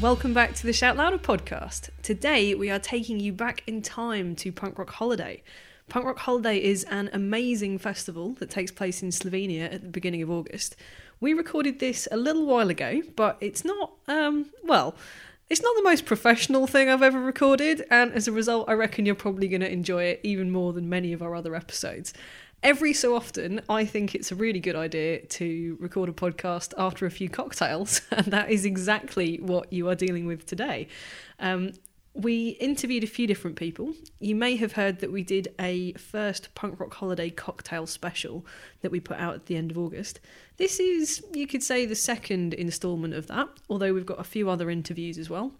welcome back to the Shout Louder podcast. Today we are taking you back in time to Punk Rock Holiday. Punk Rock Holiday is an amazing festival that takes place in Slovenia at the beginning of August. We recorded this a little while ago, but it's not, um, well, it's not the most professional thing I've ever recorded, and as a result, I reckon you're probably going to enjoy it even more than many of our other episodes. Every so often, I think it's a really good idea to record a podcast after a few cocktails, and that is exactly what you are dealing with today. Um, we interviewed a few different people. You may have heard that we did a first punk rock holiday cocktail special that we put out at the end of August. This is, you could say, the second instalment of that, although we've got a few other interviews as well.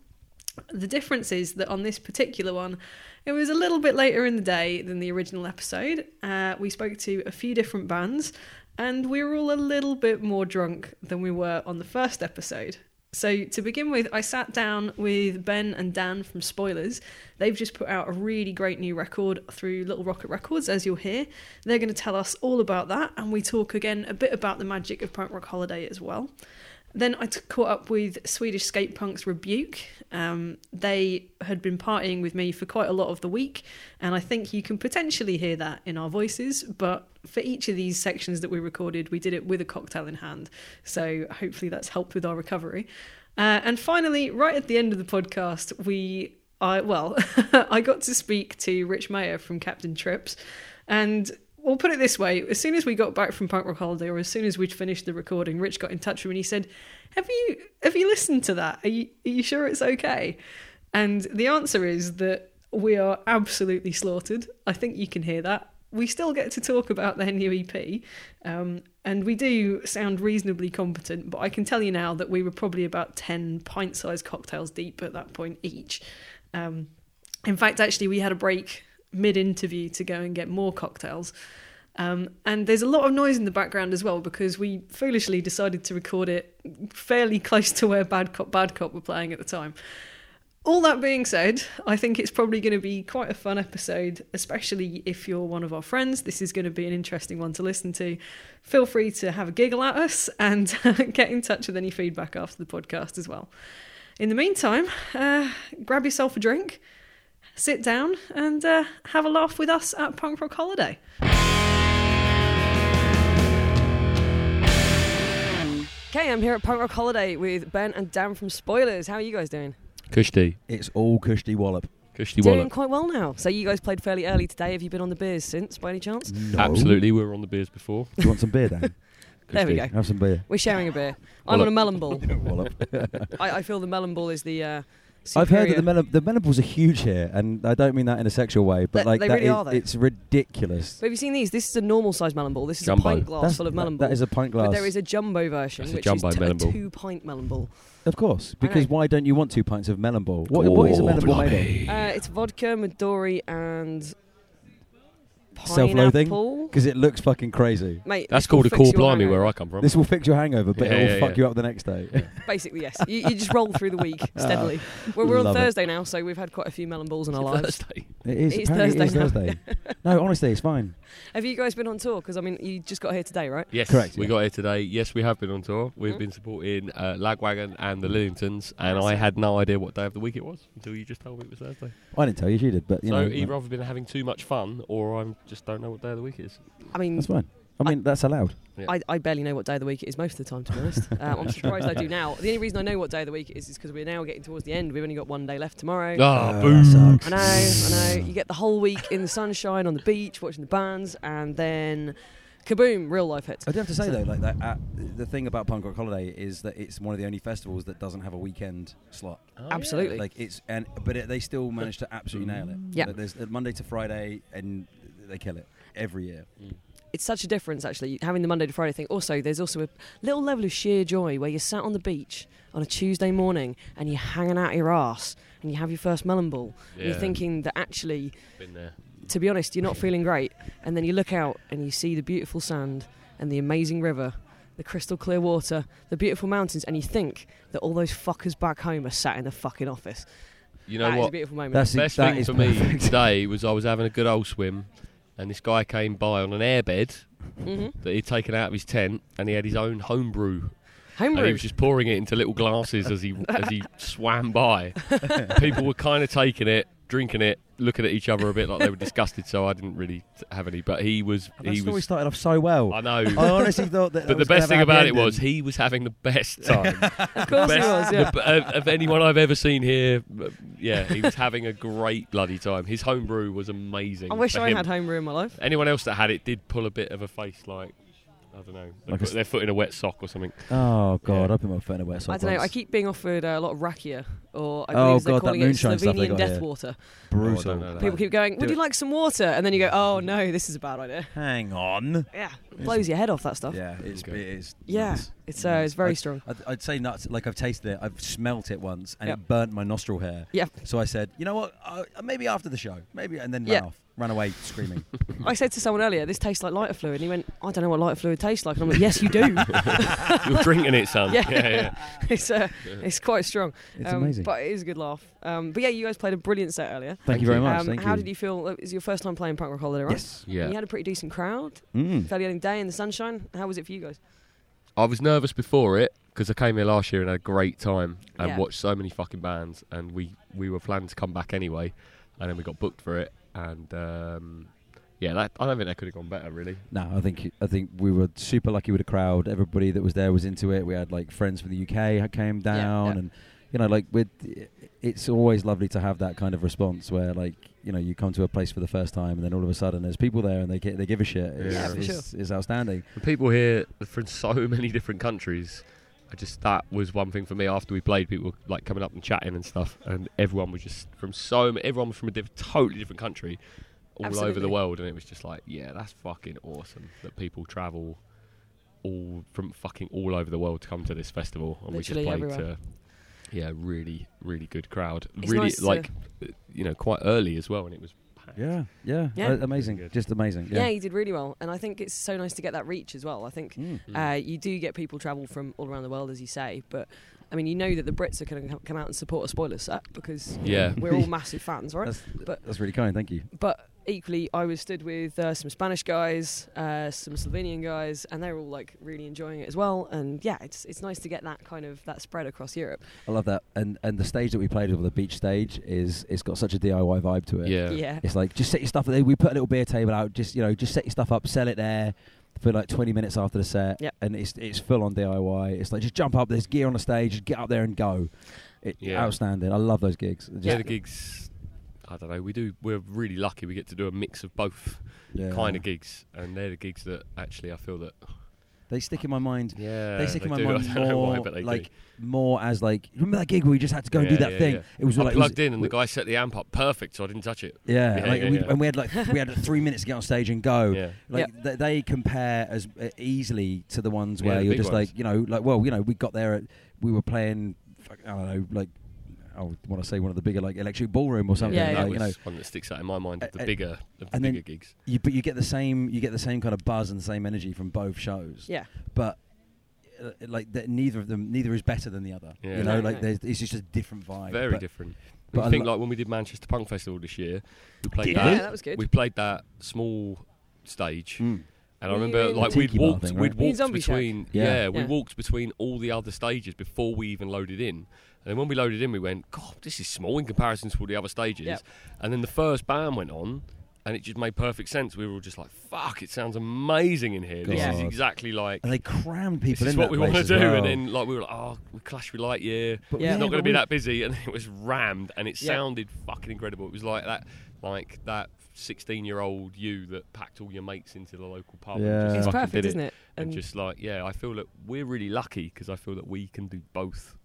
The difference is that on this particular one, it was a little bit later in the day than the original episode. Uh, we spoke to a few different bands, and we were all a little bit more drunk than we were on the first episode. So, to begin with, I sat down with Ben and Dan from Spoilers. They've just put out a really great new record through Little Rocket Records, as you'll hear. They're going to tell us all about that, and we talk again a bit about the magic of Punk Rock Holiday as well. Then I t- caught up with Swedish skate punks Rebuke. Um, they had been partying with me for quite a lot of the week, and I think you can potentially hear that in our voices. But for each of these sections that we recorded, we did it with a cocktail in hand, so hopefully that's helped with our recovery. Uh, and finally, right at the end of the podcast, we I well, I got to speak to Rich Mayer from Captain Trips, and we'll put it this way: as soon as we got back from Punk Rock Holiday, or as soon as we'd finished the recording, Rich got in touch with me and he said, "Have you have you listened to that? Are you are you sure it's okay?" And the answer is that we are absolutely slaughtered. I think you can hear that. We still get to talk about their new EP, um, and we do sound reasonably competent, but I can tell you now that we were probably about 10 pint sized cocktails deep at that point each. Um, in fact, actually, we had a break mid interview to go and get more cocktails. Um, and there's a lot of noise in the background as well because we foolishly decided to record it fairly close to where Bad Cop Bad Cop were playing at the time. All that being said, I think it's probably going to be quite a fun episode, especially if you're one of our friends. This is going to be an interesting one to listen to. Feel free to have a giggle at us and get in touch with any feedback after the podcast as well. In the meantime, uh, grab yourself a drink, sit down, and uh, have a laugh with us at Punk Rock Holiday. Okay, I'm here at Punk Rock Holiday with Ben and Dan from Spoilers. How are you guys doing? Kushti. It's all Kushti Wallop. Kushti Doing uh, Wallop. quite well now. So you guys played fairly early today. Have you been on the beers since, by any chance? No. Absolutely, we were on the beers before. Do you want some beer, Dan? There we Kushti. go. Have some beer. We're sharing a beer. I'm Well, uh, on a melon ball. Wallop. I, I feel the melon ball is the. Uh, I've heard superior- that the melon the melon balls are huge here, and I don't mean that in a sexual way, but They- like they that really is- are, though. it's ridiculous. But have you seen these? This is a normal sized melon ball. This is Jumbo. a pint glass That's- full of that- melon ball. That is a pint glass. but there is a jumbo version, That's a which jumbo is t- melon a ball. two pint melon ball. of course, know. because why don't you want two pints of melon ball? What, what is a melon ball made of? Uh, it's vodka, Midori, and Self-loathing? pineapple. Because it looks fucking crazy. Mate, That's this will called a fix cool your blimey hangover. where I come from. This will fix your hangover, but Yeah, it will yeah, yeah. fuck you up the next day. Ah, Basically, yes. You, you just roll through the week steadily. We're, Ah, we're on Love it. Thursday now, so we've had quite a few melon balls in our lives. Thursday. it is. It's apparently it is Thursday Thursday. no, honestly, it's fine. Have you guys been on tour? Because I mean, you just got here today, right? Yes, Correct, We yeah. got here today. Yes, we have been on tour. We've Mhm. been supporting uh, Lagwagon Mm-hmm. and the Lillingtons, and I Awesome. had no idea what day of the week it was until you just told me it was Thursday. I didn't tell you, she did, but you so know, uh, either I've been having too much fun, or I just don't know what day of the week it is. I mean, that's fine. I mean, that's allowed. I, I barely know what day of the week it is most of the time, to be honest. Um, I'm surprised I do now. The only reason I know what day of the week it is is because we're now getting towards the end. We've only got one day left tomorrow. Ah, Oh, boo. that sucks. I know, I know. You get the whole week in the sunshine, on the beach, watching the bands, and then kaboom, real life hits. I do have to say So- though, like that, uh, the thing about Punk Rock Holiday is that it's one of the only festivals that doesn't have a weekend slot. Oh, Absolutely. Like it's and but it, they still manage to absolutely nail it. Yeah. Like, there's uh, Monday to Friday, and they kill it every year. It's such a difference, actually, having the Monday to Friday thing. Also, there's also a little level of sheer joy where you're sat on the beach on a Tuesday morning and you're hanging out your ass and you have your first melon ball. And Yeah. you're thinking that actually Been there. to be honest, you're not feeling great. And then you look out and you see the beautiful sand and the amazing river, the crystal clear water, the beautiful mountains, and you think that all those fuckers back home are sat in the fucking office. You That is know what? a beautiful moment. That's Best that thing is for me perfect. today was I was having a good old swim, and this guy came by on an airbed Mhm. Mm-hmm. that he'd taken out of his tent, and he had his own homebrew And he Homebrew. was just pouring it into little glasses as he as he swam by. People were kind of taking it, drinking it, looking at each other a bit like they were disgusted. So I didn't really t- have any, but he was And that he story was. started off so well. I I, know. honestly thought that. But the that was best gonna have thing a happy about it was ending. he was having the best time. of course he best- was, yeah. the- of, of anyone I've ever seen here. uh, Yeah, he was having a great bloody time. His homebrew was amazing. I wish for I him. had homebrew in my life. Anyone else that had it did pull a bit of a face, like I don't know, they Like a put s- their foot in a wet sock or something. Oh god, Yeah. I put my foot in a wet sock. I don't know. I once. keep being offered uh, a lot of rakia, or Oh, I believe they're God, that calling it moonshine stuff they Slovenian got death here. water. Oh, I brutal. don't know that. People keep going, "Would Do you it. Mm-hmm. like some water?" And then you go, "Oh no, this is a bad idea." Hang on. Yeah, blows your head off that stuff. Yeah, Yeah, it's Okay. it is. nuts. it's uh, it's very I'd- strong. I'd, I'd say nuts. Like I've tasted it. I've smelt it once, and Yep. it burnt my nostril hair. Yeah, So I said, you know what? Uh, maybe after the show, maybe, and then Yeah. ran off, ran away screaming. I said to someone earlier, "This tastes like lighter fluid," and he went, "I don't know what lighter fluid tastes like," and I'm like, "Yes, you do." You're drinking it, son. Yeah. Yeah, yeah. it's uh, it's quite strong. It's Um, amazing. but it is a good laugh. Um, but yeah, you guys played a brilliant set earlier. Thank you very much. Um, Thank how you. did you feel? It was your first time playing Punk Rock Holiday, right? Yes. Yeah. You had a pretty decent crowd. Mm. Fairly early day in the sunshine. How was it for you guys? I was nervous before it because I came here last year and had a great time and Yeah. watched so many fucking bands, and we we were planning to come back anyway, and then we got booked for it, and um, yeah, that I don't think that could have gone better really. No, I think I think we were super lucky with the crowd. Everybody that was there was into it. We had like friends from the UK who came down, yeah. and you know, like with it's always lovely to have that kind of response where like you know you come to a place for the first time, and then all of a sudden there's people there and they gi- they give a shit. It's, Yeah, for it's, it's outstanding. The people here are from so many different countries. I just that was one thing for me. After we played, people were, like coming up and chatting and stuff, and everyone was just from so ma- everyone was from a diff- totally different country, all over Absolutely. the world, and it was just like, yeah, that's fucking awesome that people travel all from fucking all over the world to come to this festival, and we Literally just played everywhere. to yeah, really, really good crowd, It's really nice to- like uh, you know quite early as well, and it was packed. Yeah, yeah, Yeah. a- amazing, Really good. just amazing. Yeah. Yeah. you did really well, and I think it's so nice to get that reach as well. I think Mm. uh, you do get people travel from all around the world, as you say, but. I mean, you know that the Brits are going to come out and support a spoiler set because you know, Yeah. we're all massive fans, right? That's, But- that's really kind. Thank you. but equally, I was stood with uh, some Spanish guys, uh, some Slovenian guys, and they were all like really enjoying it as well. And yeah, it's it's nice to get that kind of that spread across Europe. I love that. And and the stage that we played with, the beach stage, is it's got such a DIY vibe to it. yeah, Uh, Yeah, It's like just set your stuff. We put a little beer table out. Just you know, just set your stuff up, sell it there for like 20 minutes after the set. Yep. And it's it's full on DIY. It's like just jump up. There's gear on the stage. Just get up there and go. It, Yeah. Outstanding. I love those gigs. Just- yeah. the gigs. I don't know. We do. We're really lucky. We get to do a mix of both yeah. kind of gigs, and they're the gigs that actually I feel that They stick in my mind. yeah they stick in my do. mind I don't know more why, but they do. like more as like remember that gig where we just had to go and do Yeah, that yeah, thing. yeah. It was I like it was- plugged in and the guy set the amp up perfect, so I didn't touch it. Yeah, Yeah, like, yeah, we, yeah. and we had like we had three minutes to get on stage and go. Yeah. Like th- they compare as uh, easily to the ones Yeah, where the you're big just ones. like you know like well you know we got there at, we were playing fuck, I don't know like I want to say one of the bigger like electric ballroom or something Yeah, that like, was you know one that sticks out in my mind of the Uh, uh, bigger of the and bigger then- gigs. you, but you get the same you get the same kind of buzz and the same energy from both shows yeah, but uh, like that neither of them neither is better than the other Yeah. you know No, like no. there's, it's just a different vibe Very but different. but I I think lo- like when we did Manchester Punk Festival this year, we played Did that. you? Yeah, that was good. We played that small stage. Mm. And I Were you remember, in- like, Tiki we'd bar walked, thing, we'd right? In walked Zombie Shack. between, Yeah. yeah, we Yeah. walked between all the other stages before we even loaded in. And then when we loaded in, we went, God, this is small in comparison to all the other stages. Yep. And then the first band went on, and it just made perfect sense. We were all just like, Fuck, it sounds amazing in here. This is God. exactly like and they crammed this people is in what that we place want to as do. well. And then, like, we were like, Oh, we clash with Lightyear. But Yeah. It's not going yeah, to but be we- that busy, and it was rammed, and it Yeah. sounded fucking incredible. It was like that, like that sixteen-year-old you that packed all your mates into the local pub. Yeah. and it's just fucking perfect, did isn't it? And, just like, yeah, I feel that we're really lucky because I feel that we can do both,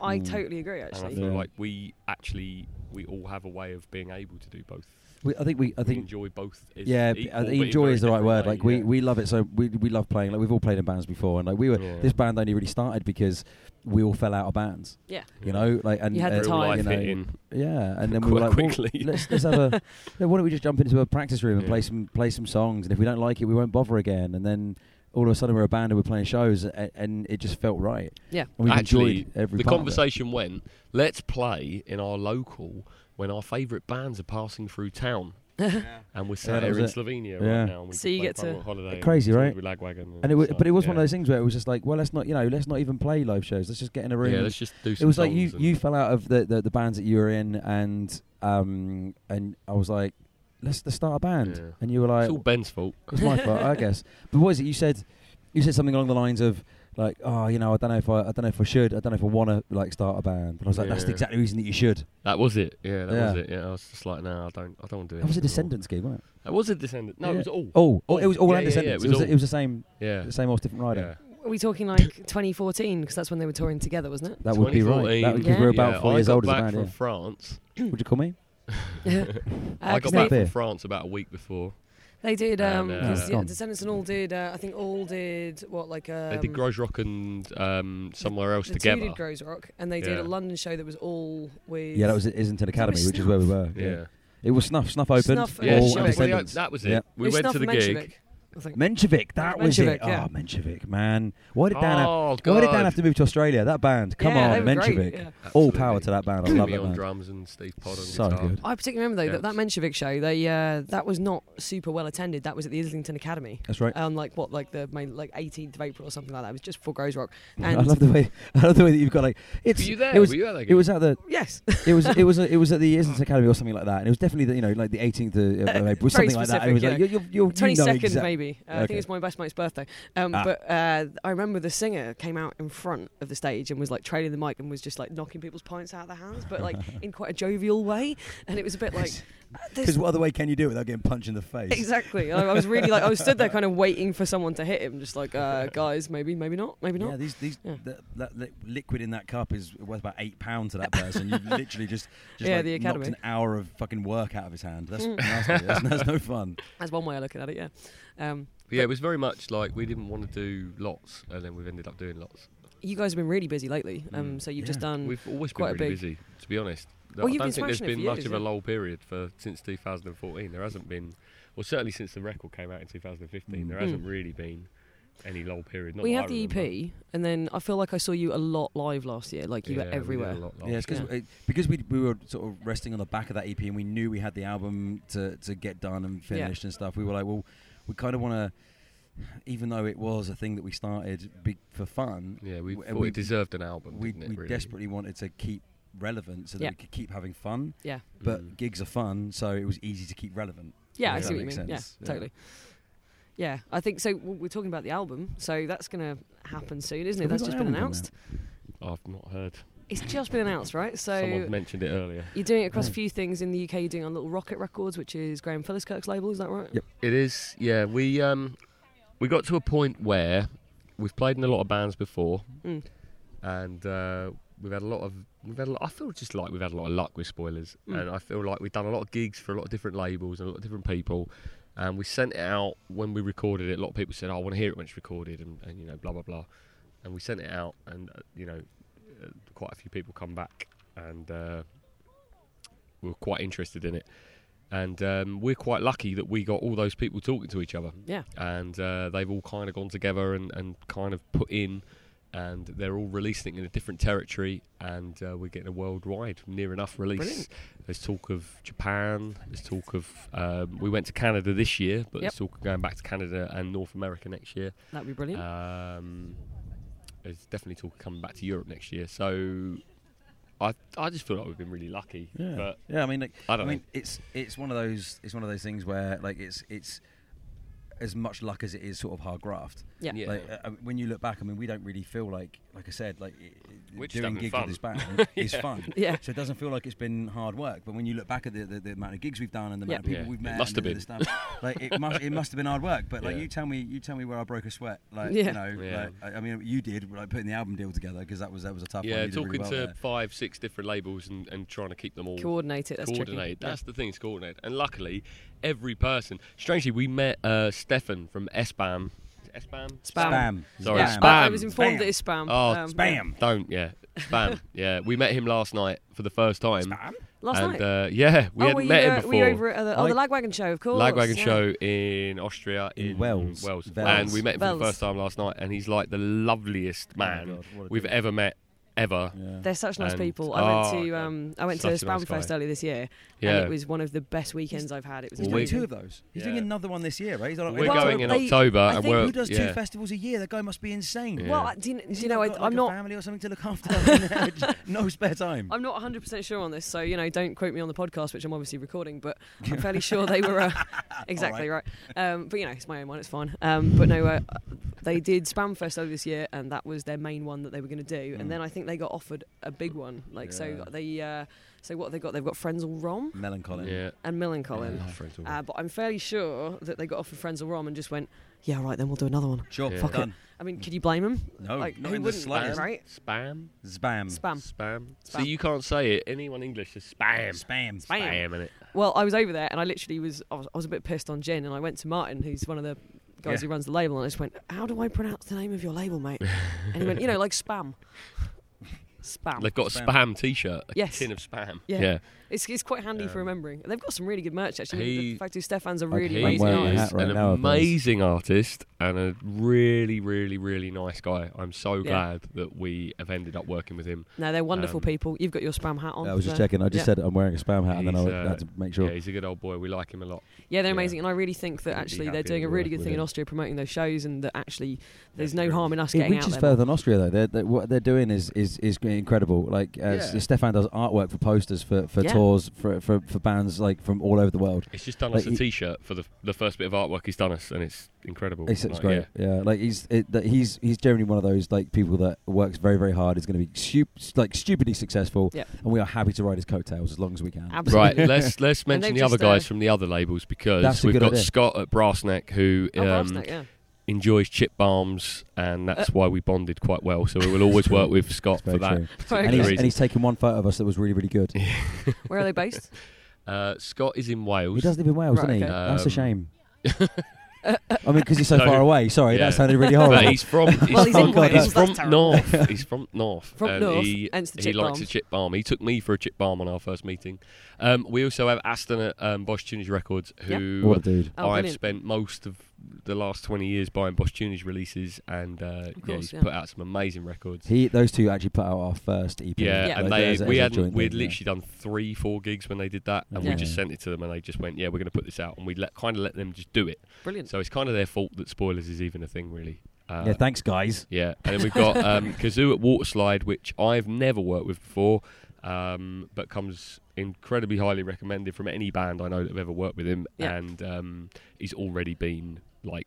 I Mm. totally agree. and I Actually, feel Yeah. like we actually we all have a way of being able to do both. we, I think we I We think enjoy both. Is yeah, equal, I but think in enjoy very is the right different word. way, Like we, yeah. we love it. So we, we love playing. Like we've all played in bands before, and like we were Yeah. this band only really started because we all fell out of bands. yeah, You know, like and You had the uh, Real time. life you know, hit in yeah, and then we quite were like, well, quickly. let's let's have a. yeah, why don't we just jump into a practice room and play Yeah. some play some songs? And if we don't like it, we won't bother again. And then all of a sudden, we're a band and we're playing shows, and, and it just felt right. yeah. And we Actually, enjoyed every the part of it. conversation went let's play in our local when our favourite bands are passing through town and we're sat that here in was Slovenia Yeah. right now. And we So can you play get Punk to- Rock holiday Crazy, and right? We lagwagon and And it, wa- stuff, but it was one yeah. of those things where it was just like, well, let's not, you know, let's not even play live shows. Let's just get in a room. Yeah, and let's just do. Some it was like you, songs and- you fell out of the, the, the bands that you were in, and um, and I was like, let's let's start a band, Yeah. and you were like, It's all Ben's fault. It's my fault, I guess. But what is it? You said, you said something along the lines of, like, oh, you know, I don't know if I, I don't know if I should, I don't know if I want to, like, start a band. But I was like, that's the Yeah. exact reason that you should. That was it. Yeah, that was Yeah. it. Yeah, I was just like, no, I don't, I don't want to do it. That was a anymore. Descendants gig, wasn't it? That was a descendant. No, Yeah. it was all. Oh, oh, it was all Yeah, yeah, and yeah, Descendants. it it, was was all. it was the same, Yeah. the same horse, different rider. yeah. Are we talking like 2014? Because that's when they were touring together, wasn't That would be right. 2014, That would, Yeah. yeah. We're about yeah, four I years got old as a back band. from Yeah. France. Would you call me? it? Uh, I 'cause got they, back they- from France about a week before. they did. Um, And, uh, 'cause, Oh, yeah, gone. Descendants and all did. Uh, I think all did what like um, they did Groj Rock and um, somewhere else the together. Two did Grows Rock, and they did Yeah. a London show that was all with Yeah, that was at Islington Academy, which is where we were. yeah, It was Snuff. Snuff opened. Snuff yeah. and all she- Snuff. and well, yeah, Descendants. that was it. Yeah. We It's went Snuff to the and gig. Menshevik, I think. Menshevik, that was Menshevik, it. yeah. Oh, Menshevik, man. Why did Dan? have, Oh why god! Oh, did Dan have to move to Australia? That band, come Yeah, they on, were great, Menshevik. yeah. All Absolutely. power to that band. I love Me that on band. drums and Steve Pod on So guitar. good. I particularly remember though that that Yeah. Menshevik show. They uh, that was not super well attended. That was at the Islington Academy. That's right. on like what like the main like 18th of April or something like that. It was just for Grows Rock. I And love the way I love the way that you've got like Were it's you there? it was Were you at that it was at the yes, it was it was it was at the Islington Academy or something like that, and it was definitely the, you know like the 18th of, of Uh, April, very something like that. And it was like specific, you're, you're, you're, you 22nd know exact- maybe. Uh, I Okay. think it's my best mate's birthday. Um, Ah. But uh, I remember the singer came out in front of the stage and was like trailing the mic and was just like knocking people's pints out of their hands, but like in quite a jovial way. And it was a bit like uh, there's Because what other way can you do it without getting punched in the face? Exactly. I, I was really like, I was stood there kind of waiting for someone to hit him, just like, uh, guys, maybe, maybe not, maybe Yeah, not. these these Yeah. That, that li- liquid in that cup is worth about eight pounds to that person. You've literally just, just Yeah, like the knocked academy. an hour of fucking work out of his hand. That's Mm. nasty. That's, that's no fun. That's one way of looking at it, yeah. Um, yeah, it was very much like we didn't want to do lots, and then we've ended up doing lots. you guys have been really busy lately, um, Mm. so you've just Yeah. done. We've always quite a been really big- busy, to be honest. Well, I you've don't been think there's smashing it been for much years, of a yeah. lull period for since 2014. There hasn't been, well, certainly since the record came out in 2015, there Mm. hasn't really been any lull period. Not we that I had the E EP, remember. and then I feel like I saw you a lot live last year. Like you Yeah, we were did a everywhere. lot yeah, last it's 'cause year. it- because we, we were sort of resting on the back of that EP and we knew we had the album to, to get done and Yeah. finished and stuff. We were like, well, we kind of want to, even though it was a thing that we started big for fun, yeah, we, w- thought we- it deserved an album. we, didn't it, we really? desperately wanted to keep relevant so that Yeah. we could keep having fun. Yeah. But Mm. gigs are fun, so it was easy to keep relevant. Yeah, Yeah, I that see what you mean. makes Yeah, sense. Yeah. totally. Yeah, I think so. w- We're talking about the album, so that's going to happen soon, isn't it? Have we That's got just an been album announced. I've not heard. It's just been announced, right? So Someone mentioned it earlier. you're doing it across a Oh. few things in the UK. You're doing it on Little Rocket Records, which is Graham Philliskirk's label. Is that right? Yep. It is, yeah. We um, we got to a point where we've played in a lot of bands before, Mm. and uh, we've had a lot of we've had. A lot, I feel just like we've had a lot of luck with spoilers, Mm. and I feel like we've done a lot of gigs for a lot of different labels and a lot of different people. And we sent it out when we recorded it. A lot of people said, "Oh, "I want to hear it when it's recorded," and, and you know, blah blah blah. And we sent it out, and uh, you know, uh, quite a few people come back, and uh, we were quite interested in it. And um, we're quite lucky that we got all those people talking to each other Yeah. and uh, they've all kind of gone together and, and kind of put in and they're all releasing in a different territory and uh, we're getting a worldwide near enough release Brilliant. there's talk of japan there's talk of um, we went to canada this year but there's talk of going back to canada and north america next year That'd be brilliant. um, there's definitely talk of coming back to europe next year so i i just feel like we've been really lucky Yeah. but yeah, I mean, like, i don't I mean, it's it's one of those it's one of those things where like it's it's as much luck as it is sort of hard graft. yeah. know yeah Like uh, uh, when you look back, I mean, we don't really feel like like I said, like i- i- We're just doing having gigs fun. with this band is Yeah. fun. Yeah. So it doesn't feel like it's been hard work. But when you look back at the, the, the amount of gigs we've done and the Yeah. amount of people Yeah, we've it met, must and have the- the stuff, like it must it must have been hard work. But like Yeah. you tell me, you tell me where I broke a sweat. Like Yeah. you know, Yeah. like, I, I mean, you did like putting the album deal together because that was that was a tough one. yeah You did really talking well to there. five six different labels and, and trying to keep them all Coordinate it. That's tricky. coordinate. Yeah. That's the thing. It's coordinate. And luckily, every person. Strangely, we met uh, Stefan from SBAM. SBAM. Spam. spam. Sorry, Yeah, spam. I was informed Spam. that it's spam. Um, Oh, Spam. Don't yeah. Spam. yeah, we met him last night for the first time. Spam. Last and, night. Uh, yeah, we oh, hadn't were you, met uh, him Were you before. over at the, oh, the Lagwagon show, of course. Lagwagon yeah. show in Austria In in, Wales. Wales. Wales. Oh and we met him for Wales. the first time last night, and he's like the loveliest man God, what a we've dude. ever met ever. Yeah. They're such nice And- people. I oh, went to yeah. um, I went Such to a nice Spouty guy. Fest earlier this year, Yeah, and it was one of the best weekends I've had. It was He's doing We- two of those. He's doing Yeah. another one this year, right? He's on we're in Well, going in October. they- October, I and think we're who does yeah. two festivals a year? That guy must be insane. Yeah. Well, I- do you, do Has you he know, not I, got, like, I'm a not family or something to look after. no spare time. I'm not 100% sure on this, so you know, don't quote me on the podcast, which I'm obviously recording, but I'm fairly sure they were uh, exactly right. Um, but you know, it's my own one, it's fine. Um, but no, uh, they did Spamfest over this year, and that was their main one that they were going to do. Mm. And then I think they got offered a big one, like so Yeah. they uh, so what have they got? They've got Frenzel Rom Melancholy. Yeah. and Millencolin. Yeah. Uh, but I'm fairly sure that they got offered Frenzel Rom and just went, yeah, right, then we'll do another one. Sure, Yeah. fuck Fuck it. done. I mean, could you blame them? No, like, not who in the wouldn't, slightest. right? Spam. Spam. Spam. Spam. So Spam. you can't say it. Anyone English is spam. Spam. Spam. in it. Well, I was over there and I literally was I was, I was a bit pissed on gin and I went to Martin, who's one of the guys Yeah. who runs the label, and I just went, "How do I pronounce the name of your label, mate?" and he went, "You know, like spam, spam." They've got a Spam. spam T-shirt. A Yes. tin of spam. Yeah. it's, it's quite handy for remembering. They've got some really good merch actually. He- the fact is, Stefan's a Like, really he I'm really wearing a nice. hat right an now, I suppose. amazing artist and a really, really, really nice guy. I'm so glad that we have ended up working with him. No, they're wonderful Um, people. You've got your spam hat on. I was just there. checking. I just Yeah. said I'm wearing a spam hat, and then I He's, would- uh, had to make sure. Yeah, he's a good old boy. We like him a lot. Yeah, they're Yeah. amazing, and I really think that Couldn't be actually they're happier doing a to really work good with thing in it. Austria promoting those shows, and that actually there's Yeah, no true. harm in us It getting out reaches there. further than Austria though. They're, they're, what they're doing is is, is incredible. Like uh, Yeah. Stefan does artwork for posters for, for Yeah. tours for, for for bands like from all over the world. It's just done Like, us a he- T-shirt for the the first bit of artwork he's done us, and it's incredible. It's, it's Like, great. Yeah. like he's it, that he's he's generally one of those like people that works very very hard. Is going to be stu- like stupidly successful, Yeah. and we are happy to ride his coattails as long as we can. yeah. Right, Absolutely. let's let's mention they've the other just, uh, guys from the other labels That's because a we've good got idea. Scott at Brassneck who Oh, um, Brassneck, Uh, yeah. enjoys chip balms, and that's why we bonded quite well. So we will always work with Scott It's for very that. true. Very And good he's, good. reason. and he's taken one photo of us that was really really good. Where are they based? Uh, Scott is in Wales. He does live in Wales, Right, doesn't he? okay. That's Um, a shame. I mean, because he's so No. far away. Sorry, Yeah. that sounded really horrible. But he's from he's, Well, he's from, in Wales, he's from that's terrible. north. He's from north. From and north, Um, He, hence the he chip likes a balms. chip balm. He took me for a chip balm on our first meeting. Um, we also have Aston at um, Bosch Tunage Records, who what a dude. Oh, I've brilliant. spent most of the last twenty years buying Bosch Tunage releases, and uh, yeah, course, he's yeah. put out some amazing records. He, those two actually put out our first EP. yeah, Yeah. and Like, they as a- we as a had joint we'd thing, yeah. literally done three four gigs when they did that, and Yeah. we just sent it to them, and they just went, yeah, we're going to put this out, and we let kind of let them just do it. Brilliant. So it's kind of their fault that spoilers is even a thing, really. Uh, yeah, thanks guys. Yeah, and then we've got um, Kazoo at Waterslide, which I've never worked with before, um, but comes incredibly highly recommended from any band I know that have ever worked with him, Yeah. and um, he's already been like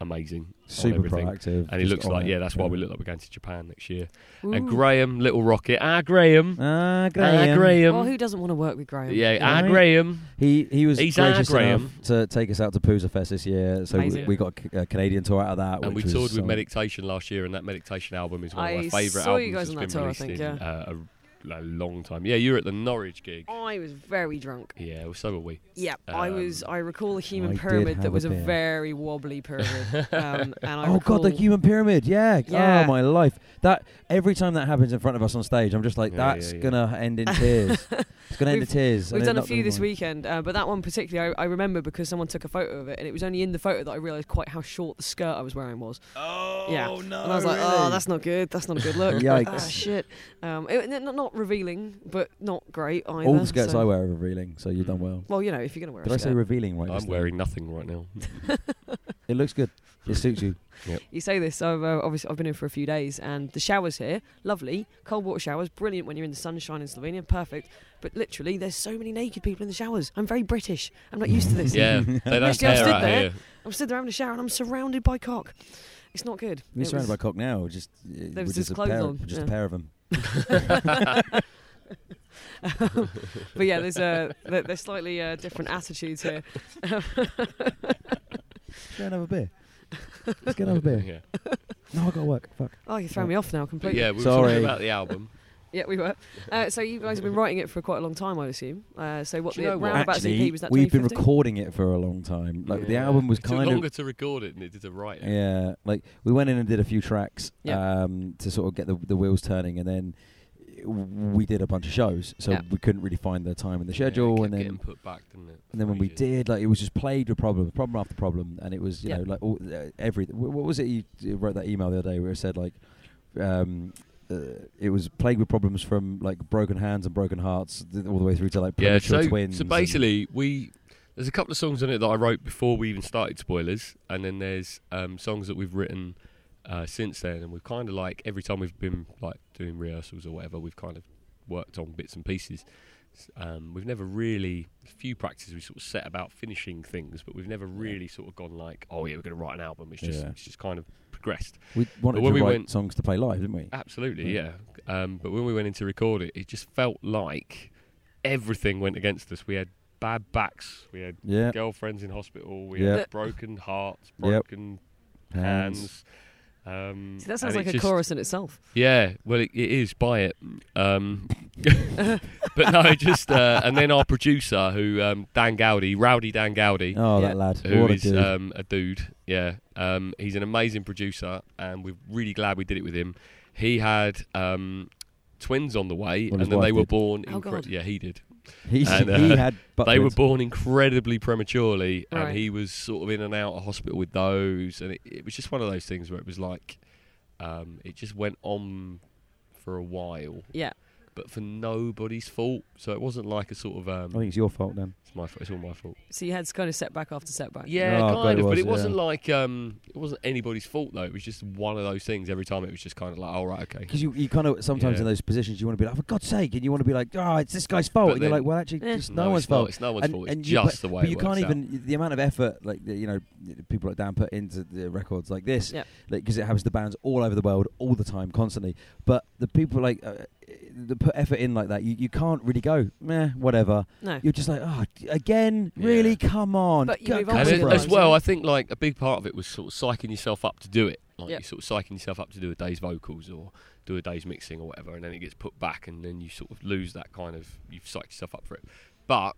amazing, on Super everything. proactive. And he just looks on like it. yeah, that's why we look like we're going to Japan next year. And Ooh. Graham, Little Rocket, ah Graham, Ah, ah Graham. Graham, Well, Oh, who doesn't want to work with Graham? yeah, ah Right. Graham. He he was He's our gracious Graham. enough to take us out to Pooza Fest this year. So we, Amazing. we got a Canadian tour out of that. And we which was um, toured with so- Meditation last year, and that Meditation album is one of my I favourite saw albums you guys that's on been that tour, I released think, in uh, a, a long time. Yeah, you were at the Norwich gig. I was very drunk. Yeah, well, so were we. Yeah, I was. Um, I recall a I human did pyramid that have a was a beer. very wobbly pyramid. um, and I Oh god, the recall- human pyramid. Yeah. Yeah. Oh my life. That every time that happens in front of us on stage, I'm just like, Yeah, yeah, that's yeah. gonna end in tears. it's gonna end in We've- tears. We've And done a not few gonna this be- weekend, uh, but that one particularly, I, I remember because someone took a photo of it, and it was only in the photo that I realised quite how short the skirt I was wearing was. Oh Yeah. no. and I was like, "Oh, that's not good. That's not a good look." Yikes. Ah, shit. Um, it, n- not, not revealing, but not great either. all the skirts so- I wear are revealing. So you've done well. Well, you know, if you're gonna wear Did a I skirt, say revealing right? I'm just now? wearing nothing right now. It looks good. It suits you. you say this. I've uh, obviously I've been in for a few days, and the showers here, lovely, cold water showers, brilliant when you're in the sunshine in Slovenia, perfect. But literally, there's so many naked people in the showers. I'm very British. I'm not used to this. yeah, they don't Actually, I care stood out there. here. I'm stood there having a shower, and I'm surrounded by cock. It's not good. We're It surrounded by was- cock now. Just there was just his a pair, clothes on, just a yeah. pair of them. but yeah, there's uh, there- there's slightly uh, different attitudes here. Go and have a beer. Let's go and have a beer. Yeah, No, I got to work. Fuck. Oh, you throw me off now but completely. yeah, we were Sorry. talking about the album. Yeah, we were. Uh, so you guys have been writing it for quite a long time, I assume. Uh, so what Do you the know what? roundabouts EP Actually, was that? we've been 2015? recording it for a long time. Like the Yeah. album was It took kind longer of to record it than it did to write it. yeah. Like we went in and did a few tracks Yeah. um, to sort of get the, the wheels turning, and then we did a bunch of shows, so Yeah. we couldn't really find the time in the Yeah, it schedule, kept and then getting put back, didn't it? And then when we Ages. did, like it was just played with problem, problem after problem, and it was you Yeah. know like all, uh, every wh- what was it you d- wrote that email the other day where it said like um, uh, it was plagued with problems from like broken hands and broken hearts th- all the way through to like yeah, premature so, twins. so and- basically, we there's a couple of songs on it that I wrote before we even started spoilers, and then there's um, songs that we've written uh, since then, and we've kind of like every time we've been like doing rehearsals or whatever, we've kind of worked on bits and pieces. S- Um, we've never really a few practices we sort of set about finishing things, but we've never really sort of gone like, oh yeah, we're going to write an album. It's just Yeah. it's just kind of progressed. we wanted But when to we write went- songs to play live, didn't we? Absolutely, yeah. Um, but when we went in to record it, it just felt like everything went against us. We had bad backs, we had Yeah, girlfriends in hospital, we Yep. had broken hearts, Yep. broken hands. hands. Um, See, that sounds and like it a just- chorus in itself. Yeah, well, it, it is. Buy it. Um, but no, just uh, and then our producer, who um, Dan Gowdy, Rowdy Dan Gowdy, Oh, Yeah. that lad! who what a is dude. um, a dude. Yeah, um, he's an amazing producer, and we're really glad we did it with him. He had um, twins on the way, Well, his and then wife they were did. born. Oh, God. yeah, he did. He's- and, he uh, had. Butt they were wins. born incredibly prematurely, Right. and he was sort of in and out of hospital with those, and it, it was just one of those things where it was like, um, it just went on for a while, Yeah. but for nobody's fault. So it wasn't like a sort of I um, think it's your fault then. it's my fault. It's all my fault. So you had kind of setback after setback. Yeah, Oh, God, kind it of. but was, it wasn't yeah. like um, it wasn't anybody's fault though. It was just one of those things. Every time it was just kind of like, all right, okay. Because you, you kind of sometimes Yeah. in those positions you want to be like, for God's sake, and you want to be like, oh, it's this guy's fault, But and you're then- like, well, actually, Eh. it's no, one's it's not- fault. it's no one's And- fault. It's and you- just but- the way. But it you works can't out. even the amount of effort like the, you know people like Dan put into the records like this, Yeah. like because it happens to bands all over the world all the time, constantly. But the people like uh, that put effort in like that, you, you can't really go, meh, whatever. No. You're just like, oh, d- again, really? Yeah. Come on, But you Go- move come on on, And to then, bro. Right. as well, I think like a big part of it was sort of psyching yourself up to do it. Like Yep. you sort of psyching yourself up to do a day's vocals or do a day's mixing or whatever, and then it gets put back, and then you sort of lose that kind of you've psyched yourself up for it. But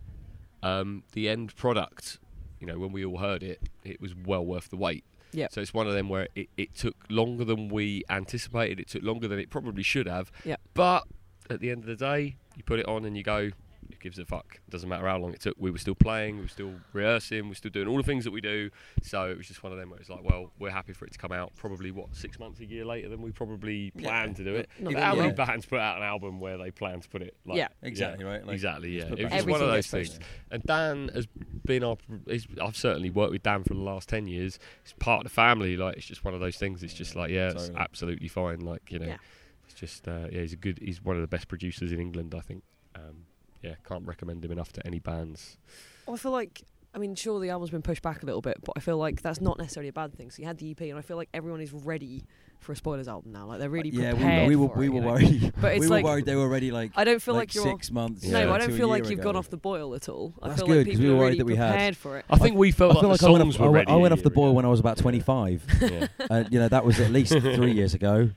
um, the end product, you know, when we all heard it, it was well worth the wait. Yep. So it's one of them where it, it took longer than we anticipated. It took longer than it probably should have. Yep. But at the end of the day, you put it on and you go, who gives a fuck? Doesn't matter how long it took. We were still playing, we were still rehearsing, we were still doing all the things that we do. So it was just one of them where it's like, well, we're happy for it to come out probably what six months, a year later than we probably planned to do it. Not how that many long. bands put out an album where they plan to put it? Like, Yeah. Exactly, right? Like, exactly. Yeah. put It was back just one of Everything those gets things. And Dan has been our. He's, I've certainly worked with Dan for the last ten years. He's part of the family. Like it's just one of those things. It's just like yeah, it's Totally. absolutely fine. Like you know, Yeah. it's just uh, yeah. He's a good. He's one of the best producers in England. I think. Um, yeah, can't recommend him enough to any bands. Well, I feel like I mean, sure the album's been pushed back a little bit, but I feel like that's not necessarily a bad thing. So you had the EP, and I feel like everyone is ready for a spoilers album now. Like they're really yeah, prepared. we, we were for we it, were you know? worried. But it's we were like worried they were already like. I don't feel like, you're. six months. Yeah. No, I to don't a feel like year you've ago. gone off the boil at all. I That's feel good, like 'cause people we were are worried really that we had. prepared for it. I think we felt I like feel the like I went, songs off, I were went- ready. I went off a the year boil ago. when I was about 25. Yeah. and, you know, that was at least three years ago.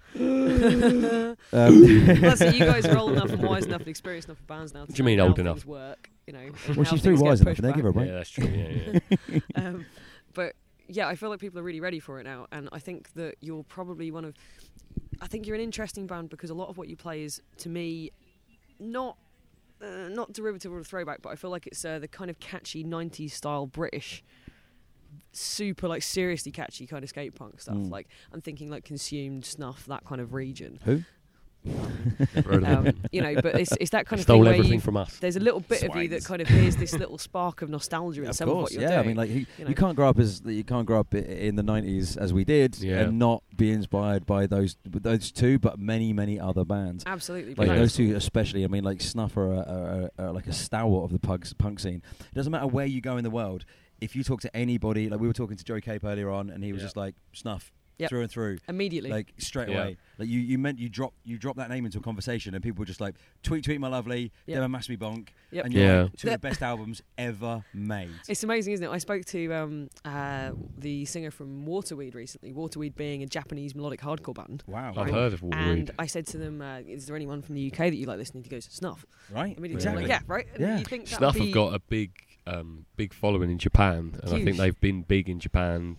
Um, Plus, you guys are old enough and wise enough and experienced enough for bands now. To What do you know mean how old things enough? Work, you know. and well, how she's three things get wise enough, pushed and they give her a back. break. Yeah, that's true. Yeah, yeah. um, but yeah, I feel like people are really ready for it now, and I think that you're probably one of. I think you're an interesting band because a lot of what you play is, to me, not uh, not derivative or throwback, but I feel like it's uh, the kind of catchy '90s style British, super like seriously catchy kind of skate punk stuff. Mm. Like I'm thinking like consumed snuff, that kind of region. Who? Never heard of it. Um, you know, but it's it's that kind of thing Stole where everything you- from us. there's a little bit of you that Swangs. kind of hears this little spark of nostalgia in of some of course, what you're yeah. doing. I mean, like you, you know. you can't grow up as you can't grow up i- in the '90s as we did, Yeah. and not be inspired by those those two, but many many other bands. Absolutely, Like but Yeah. those two, especially. I mean, like Snuff are, are, are, are like a stalwart of the punk, punk scene. It doesn't matter where you go in the world. If you talk to anybody, like we were talking to Joe Cape earlier on, and he was Yeah. just like Snuff Yep. through and through, immediately. like straight Yeah. away. Like you, you meant you drop you drop that name into a conversation, and people were just like tweet tweet my lovely, Yep. yep. Demo Massby Bonk, Yep. and you're yeah. Yeah. two of the best albums ever made. It's amazing, isn't it? I spoke to um, uh, the singer from Waterweed recently. Waterweed being a Japanese melodic hardcore band. Wow, I've right? heard of Warweed. And I said to them, uh, "Is there anyone from the UK that you like listening?" to?" He goes, "Snuff." right? Immediately, I'm exactly. Like, yeah, right. And Yeah. You think that'd Snuff be, have got a big, um, big following in Japan, and I Huge. think they've been big in Japan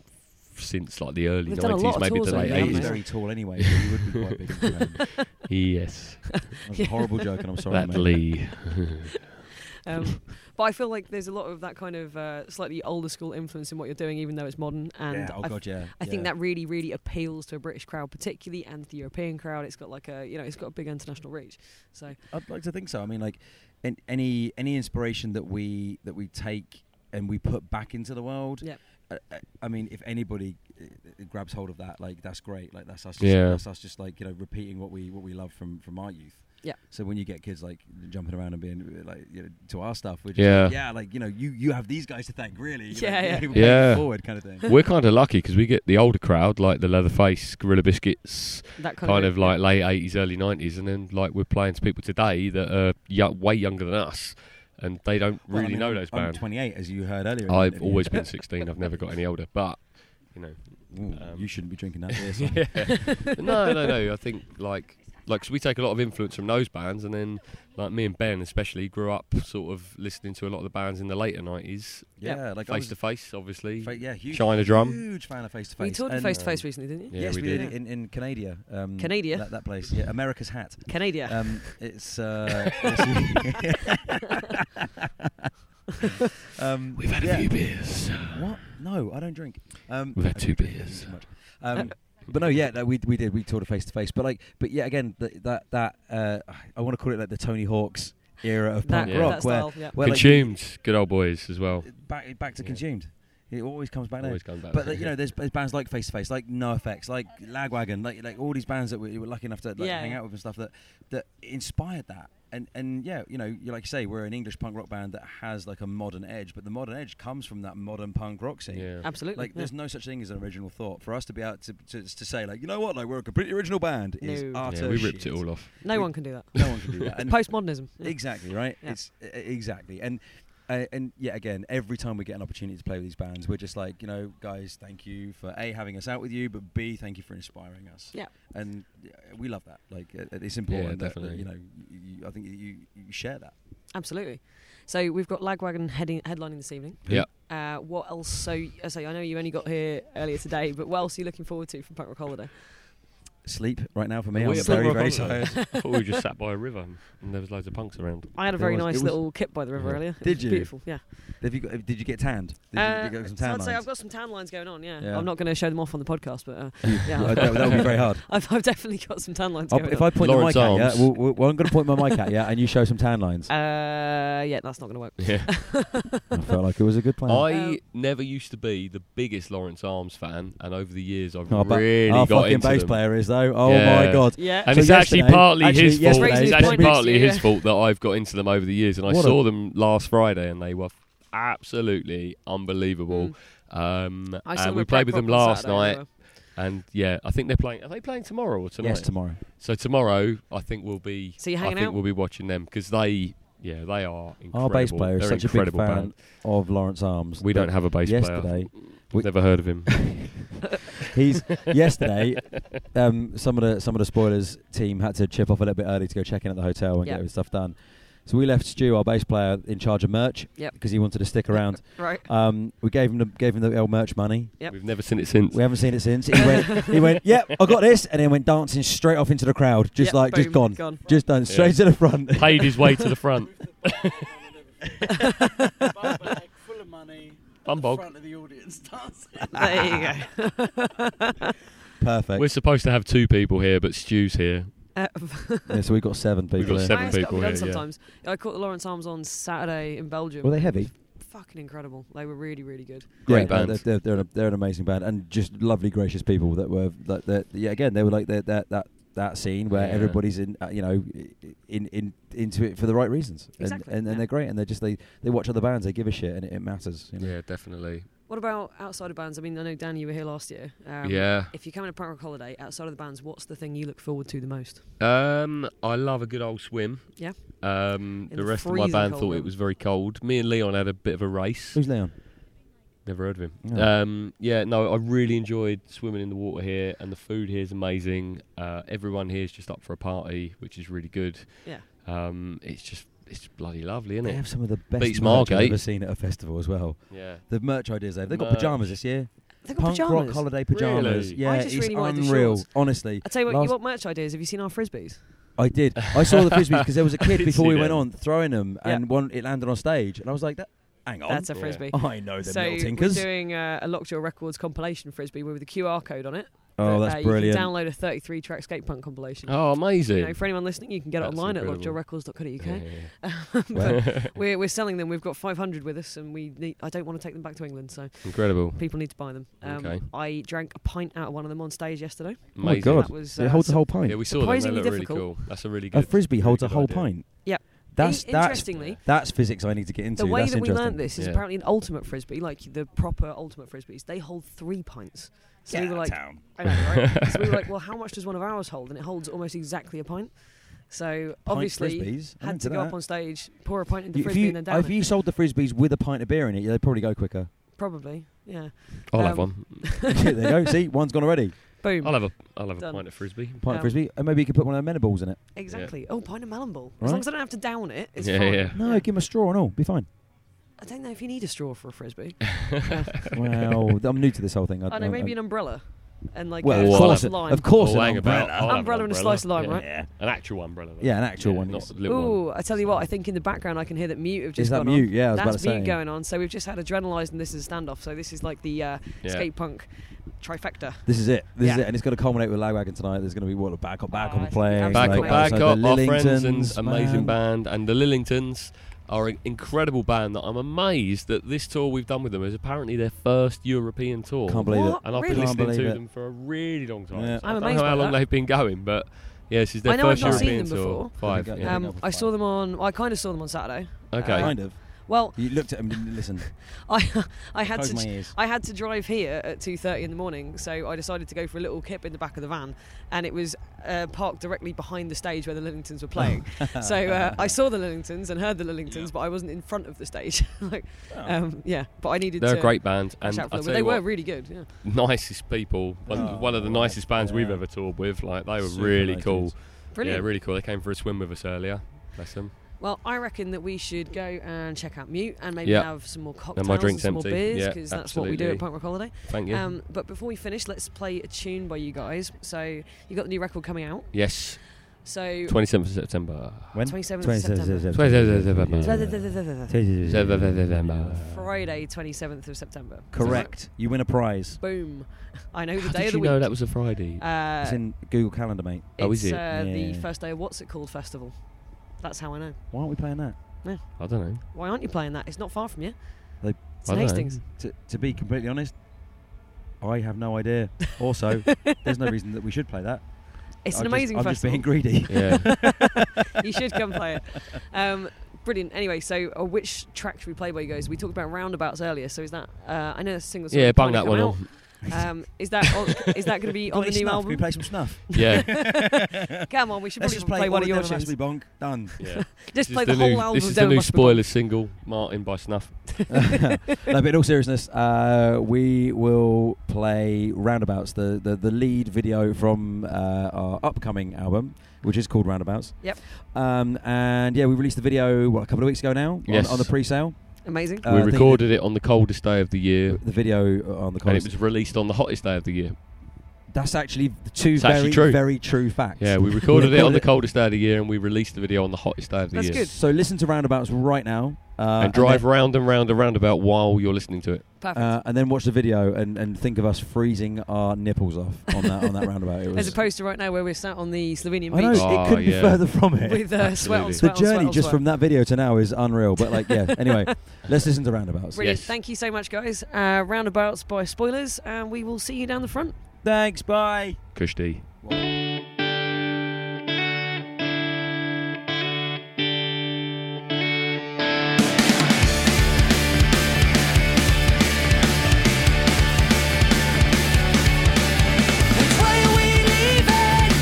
f- since like the early They've done a nineties, lot of maybe tours the over late there, He's haven't eighties. they? very tall anyway, so he would be quite big. in Japan. That Yes, was a horrible joke, and I'm sorry, that mate. Lee. Um, But I feel like there's a lot of that kind of uh, slightly older school influence in what you're doing, even though it's modern. And yeah. Oh I, god, yeah. I think yeah. that really, really appeals to a British crowd, particularly, and the European crowd. It's got like a, you know, it's got a big international reach. So I'd like to think so. I mean, like, in, any any inspiration that we that we take and we put back into the world. Yep. I, I- I mean, if anybody uh, uh, grabs hold of that, like that's great. Like that's us. Just, Yeah. That's us just like you know repeating what we what we love from from our youth. Yep. So when you get kids like jumping around and being uh, like you know, to our stuff, we're just Yeah. like, yeah, like you know you you have these guys to thank, really. You know, Yeah, yeah. we're paying Yeah. Forward kind of thing. We're kind of lucky because we get the older crowd, like the Leatherface, Gorilla Biscuits, that kind, kind of like late 80s, early 90s, and then like we're playing to people today that are yo- way younger than us and they don't Well, I really mean, know I'm- those I'm bands. 28, as you heard earlier. in the I've interview. always been 16, I've never got any older, but you know, Ooh, um, you shouldn't be drinking that beer. son. Yeah. no, no, no. I think like like 'cause we take a lot of influence from those bands, and then like me and Ben especially grew up sort of listening to a lot of the bands in the later nineties, Yeah, like I face was, to face, obviously. fa- yeah, huge, China Drum. huge fan of face to face. We toured And- um, face to face recently, didn't you? Yeah, yes, we we, did, did. it in in Canada. Um, Canada? that, that place. Yeah, America's hat. Canada. Um, it's. Uh, it's- um, We've had a yeah. few beers. What? No, I don't drink. Um, We've had I two don't drink beers. too much. Um, Uh, but no, yeah, no, we we did. We toured face to face. But like, but yeah, again, th- that that uh, I want to call it like the Tony Hawk's era of that, punk Yeah. rock, that where style, yeah. where like, Consumed, good old boys as well. back back to Yeah. consumed. It always comes back there. Always going back. But like, you know, there's, there's bands like Face to Face, like No Effects, like Lagwagon, like like all these bands that we were lucky enough to like, Yeah. hang out with and stuff that that inspired that. And and yeah, you know, you like you say, we're an English punk rock band that has like a modern edge, but the modern edge comes from that modern punk rock scene. yeah. Absolutely. Like, yeah. there's no such thing as an original thought. For us to be out to, to, to say, like, you know what, like, we're a completely original band is No. utter Yeah, we ripped shit. it all off. no we- one can do that. No one can do that. And- Postmodernism. yeah. Exactly right. Yeah. It's e- exactly and. Uh, and yet again, every time we get an opportunity to play with these bands, we're just like, you know, guys, thank you for a having us out with you, but b thank you for inspiring us. Yeah. and uh, we love that. Like, uh, it's important that uh, definitely. you know, you, you- I think you, you share that. Absolutely. So we've got Lagwagon heading headlining this evening. Yeah. Uh, what else? So I say I know you only got here earlier today, but what else are you looking forward to from Punk Rock Holiday? Sleep right now for me. Were I'm you at very Punk very Rock tired. Holiday? I thought we just sat by a river and there was loads of punks around. I had a There very was- it nice was- little kip by the river Yeah. earlier. It Did was you? Beautiful. Yeah. Have you got, did you get tanned? Did you, Uh, did you get some so tan I'd say I've lines? got some tan lines going on. Yeah. Yeah. I'm not going to show them off on the podcast, but uh, yeah, Uh, that, that would be very hard. I've, I've definitely got some tan lines I'll- going if on. I point Lawrence the mic at Arms. you, well, well, well, I'm going to point my mic at you, and you show some tan lines. uh, yeah, that's not going to work. Yeah. I felt like it was a good plan. I Um, never used to be the biggest Lawrence Arms fan, and over the years I've Oh, but really our got fucking into bass them. player is though. Oh Yeah. my god. Yeah. And So it's actually yesterday- partly actually his fault. yesterday- It's actually Points, partly his yeah. fault that I've got into them over the years, and I What a- saw them last Friday, and they were f- absolutely unbelievable. Mm. Um, I saw and them we at played Black with them Rock on last Saturday night, as well. and yeah, I think they're playing. Are they playing tomorrow or tonight? Yes, tomorrow. so tomorrow, I think we'll be. So you're I hanging think out? we'll be watching them because they, yeah, they are incredible. Our bass player is They're such a big fan incredible band. of Lawrence Arms. We that don't have a bass player. yesterday. we- Never heard of him. He's yesterday. Um, some of the some of the spoilers team had to chip off a little bit early to go check in at the hotel and Yeah. get his stuff done. So we left Stu, our bass player, in charge of merch because Yep. he wanted to stick around. Right. Um, we gave him the, gave him the old merch money. Yep. We've never seen it since. We haven't seen it since. He went, he went, yep, I got this, and then went dancing straight off into the crowd, just Yep, like just gone, boom, Gone. just done straight to the front. Paid his way to the front. bag full of money in Bumbog. front of the audience dancing. there you go. Perfect. We're supposed to have two people here, but Stu's here. Yeah, so we got seven people. We've got in. seven I just got people done here, yeah. Sometimes I caught the Lawrence Arms on Saturday in Belgium. Were they heavy? Fucking incredible. They were really, really good. Great yeah, band. They're, they're, they're, an, they're an amazing band and just lovely, gracious people that were that. that yeah, again, they were like that that that that scene where Yeah. everybody's in, uh, you know, in in into it for the right reasons. Exactly, And, and, yeah. and they're great, and they just they they watch other bands, they give a shit, and it, it matters. You know? Yeah, definitely. What about outside of bands? I mean, I know Dan, you were here last year. Um, yeah. If you're coming to Punk Rock Holiday, outside of the bands, what's the thing you look forward to the most? Um, I love a good old swim. Yeah. Um, the In the rest of my freezing band cold thought it room. was very cold. Me and Leon had a bit of a race. Who's Leon? Never heard of him. Oh. Um, yeah, no, I really enjoyed swimming in the water here, and the food here is amazing. Uh, everyone here is just up for a party, which is really good. Yeah. Um, it's just it's bloody lovely, isn't They it? have some of the best Beats merch I've Margate. ever seen at a festival as well. Yeah. The merch ideas they've they've got Merch. pajamas this year. They've got Punk pajamas. rock holiday pajamas. Really? Yeah, I just it's really wanted the unreal. shorts. Honestly, I tell you what, you Last- want merch ideas? Have you seen our frisbees? I did. I saw the frisbees because there was a I kid did before we see went them. on throwing them, and one it landed on stage, and I was like, that, "Hang on, That's a Yeah. frisbee. I know Oh, them So little we're tinkers." doing uh, a Lockjaw Records compilation frisbee with a QR code on it. Oh, that, that's uh, brilliant. You can download a 33 track skate punk compilation. Oh, amazing. You know, for anyone listening, you can get it That's online incredible. at lockjawrecords.co.uk. Yeah, but yeah, yeah. we're, we're selling them. We've got 500 with us, and we need, I don't want to take them back to England, so Incredible. people need to buy them. Um, Okay. I drank a pint out of one of them on stage yesterday. Amazing. my God. That was uh, it holds a su- whole pint. Yeah, we saw them. They Surprisingly look really cool. difficult. That's a really Oh a good. frisbee really holds a good whole idea. pint. Yep. That's In- that's e, interestingly, that's physics I need to get into. the way that's that we interesting. learned this is Yeah. apparently in ultimate frisbee, like the proper ultimate frisbees, they hold three pints. So we were like, town. I know, right? so we were like, well, how much does one of ours hold? And it holds almost exactly a pint. So obviously, frisbees? I'm had into to go that. up on stage, pour a pint into You- if frisbee, you, and then down if it. you sold the frisbees with a pint of beer in it, they'd probably go quicker. Probably, yeah. I'll have one. Um, there you go. See, one's gone already. Boom. Oh, I'll have a. I'll have a Done. pint of frisbee. Pint Um, of frisbee, and maybe you could put one of their balls in it. Exactly. Oh, pint of melon ball. As Right. long as I don't have to down it, it's yeah, fine. yeah. No, give them a straw and all, be fine. I don't know if you need a straw for a frisbee. well, I'm new to this whole thing. I, oh I- no, maybe I- an umbrella, and like Well, a Well, of course, slice of lime. of course, Or an hang about. I'll umbrella. have an Umbrella and a slice of lime, yeah. right? Yeah. An actual umbrella. though. Yeah, an actual Yeah, one. Not yes. a little one. Ooh, I tell you what, I think in the background I can hear that mute have just Is that gone mute? on. Yeah, I was That's about to mute say. going on. So we've just had adrenalised and this is standoff. So this is like the uh, Yeah. skate punk trifecta. This is it. This is Yeah. it, and it's going to culminate with Lagwagon tonight. There's going to be what a back up, back Oh, up it's play. gonna be Back Like, up, back outside up. Our friends and amazing band. band, and the Lillingtons are an incredible band that I'm amazed that this tour we've done with them is apparently their first European tour. Can't believe What? it. and I've Really? been Can't listening to believe it. them for a really long time. Yeah. So I'm I don't amazed know how by long that. they've been going, but yeah, this is their I know I've first not seen European them tour. before. Five. Yeah, yeah. they Um, go for I saw five. them on. Well, I kind of saw them on Saturday. Okay. Uh, Kind of. Well, You looked at him and listened. I I had Close to my j- ears. I had to drive here at 2:30 in the morning, so I decided to go for a little kip in the back of the van, and it was uh, parked directly behind the stage where the Lillingtons were playing. Oh. so uh, I saw the Lillingtons and heard the Lillingtons, but I wasn't in front of the stage. like, Oh, um, yeah, but I needed. Oh. They're to a great band, watch and I out for tell them. But you they what, were really good. Yeah. nicest people. One Oh, one of the nicest bands we've yeah. ever toured with. Like they were Super really nice cool. dudes. Brilliant. Yeah, really cool. They came for a swim with us earlier. Bless them. Well, I reckon that we should go and check out Mute and maybe Yeah. have some more cocktails my drink's and some more empty. beers Yeah, because that's what we do at absolutely. Punk Rock Holiday. Thank you. Um, but before we finish, let's play a tune by you guys. So you got the new record coming out. yes, So 27th of September. When? 27th of 27th September. Friday, 27th of September. Correct. You win a prize. Boom. I know the How day did of the you week. know that was a Friday? Uh, It's in Google Calendar, mate. Oh, is it's, it? Uh, The Yeah. first day of what's it called festival. That's how I know. Why aren't we playing that? I don't know. Why aren't you playing that? It's not far from you. They- it's I in don't know. Hastings. To, to be completely honest, I have no idea. Also, there's no reason that we should play that. It's I'm an just- amazing I'm festival. just being greedy. Yeah. you should come play it. Um, brilliant. Anyway, so uh, which track should we play by you guys? We talked about roundabouts earlier. So is that? Uh, I know there's singles. yeah, bang that one out. on. Um, is that on, is that going to be Got on the any new snuff? Can we album? play some snuff? Yeah. Come on, we should Let's probably just play, one of your tunes. tunes. Bonk. Done. yeah. This Just play is the, whole new, album. This of is the Devil new Must Be Gone. spoiler single, Martin by Snuff. no, but in all seriousness, uh, we will play Roundabouts, the, the, the lead video from uh, our upcoming album, which is called Roundabouts. Yep. Um, and yeah, we released the video what, a couple of weeks ago now on- Yes. on, the pre-sale. Amazing. Uh, I we think recorded it on the coldest day of the year, The video on the and cost. it was released on the hottest day of the year. That's actually the two It's very actually true. very true facts. Yeah, we recorded it on the coldest day of the year, and we released the video on the hottest day of the That's year. good. So listen to Roundabouts right now. Uh, and drive then- round and round and roundabout while you're listening to it. Perfect. uh, and then watch the video and, and think of us freezing our nipples off on that on that roundabout. It As was, opposed to right now where we're sat on the Slovenian I know beach Oh, it couldn't yeah. be further from it. with uh, sweat on Absolutely. the sweat on journey sweat on just sweat. from that video to now is unreal. But like, yeah. Anyway, let's listen to roundabouts. Brilliant. Yes. Thank you so much, guys. Uh, roundabouts by spoilers, and we will see you down the front. Thanks. Bye. Kushti. Which way are we leaving?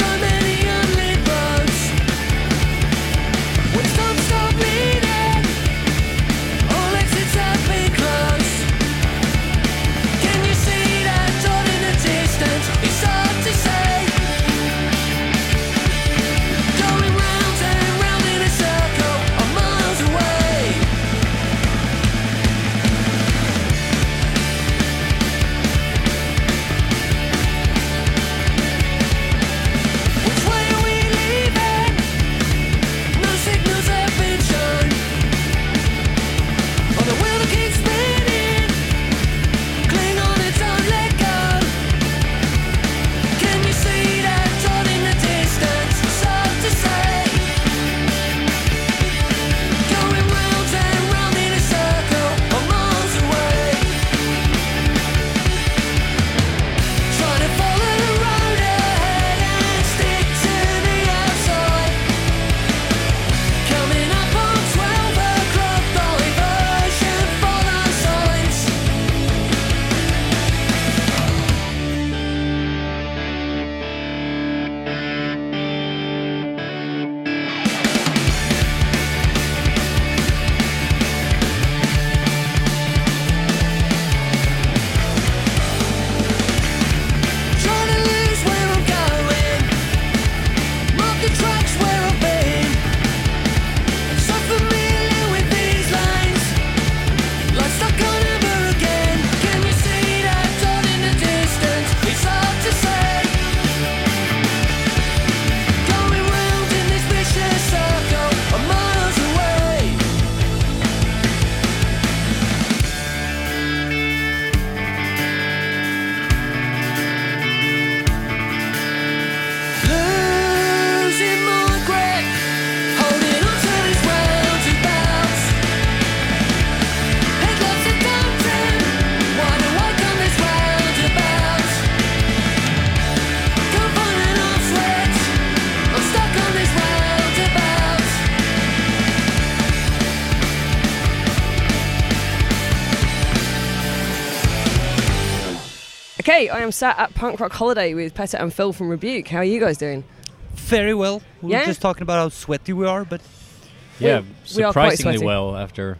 So many unlit roads. We don't stop leading. All exits have been closed. Can you see that dot in the distance? It's so Okay, I am sat at Punk Rock Holiday with Petter and Phil from Rebuke. How are you guys doing? Very well. We Yeah? were just talking about how sweaty we are, but Yeah, we are quite surprisingly sweaty. well after.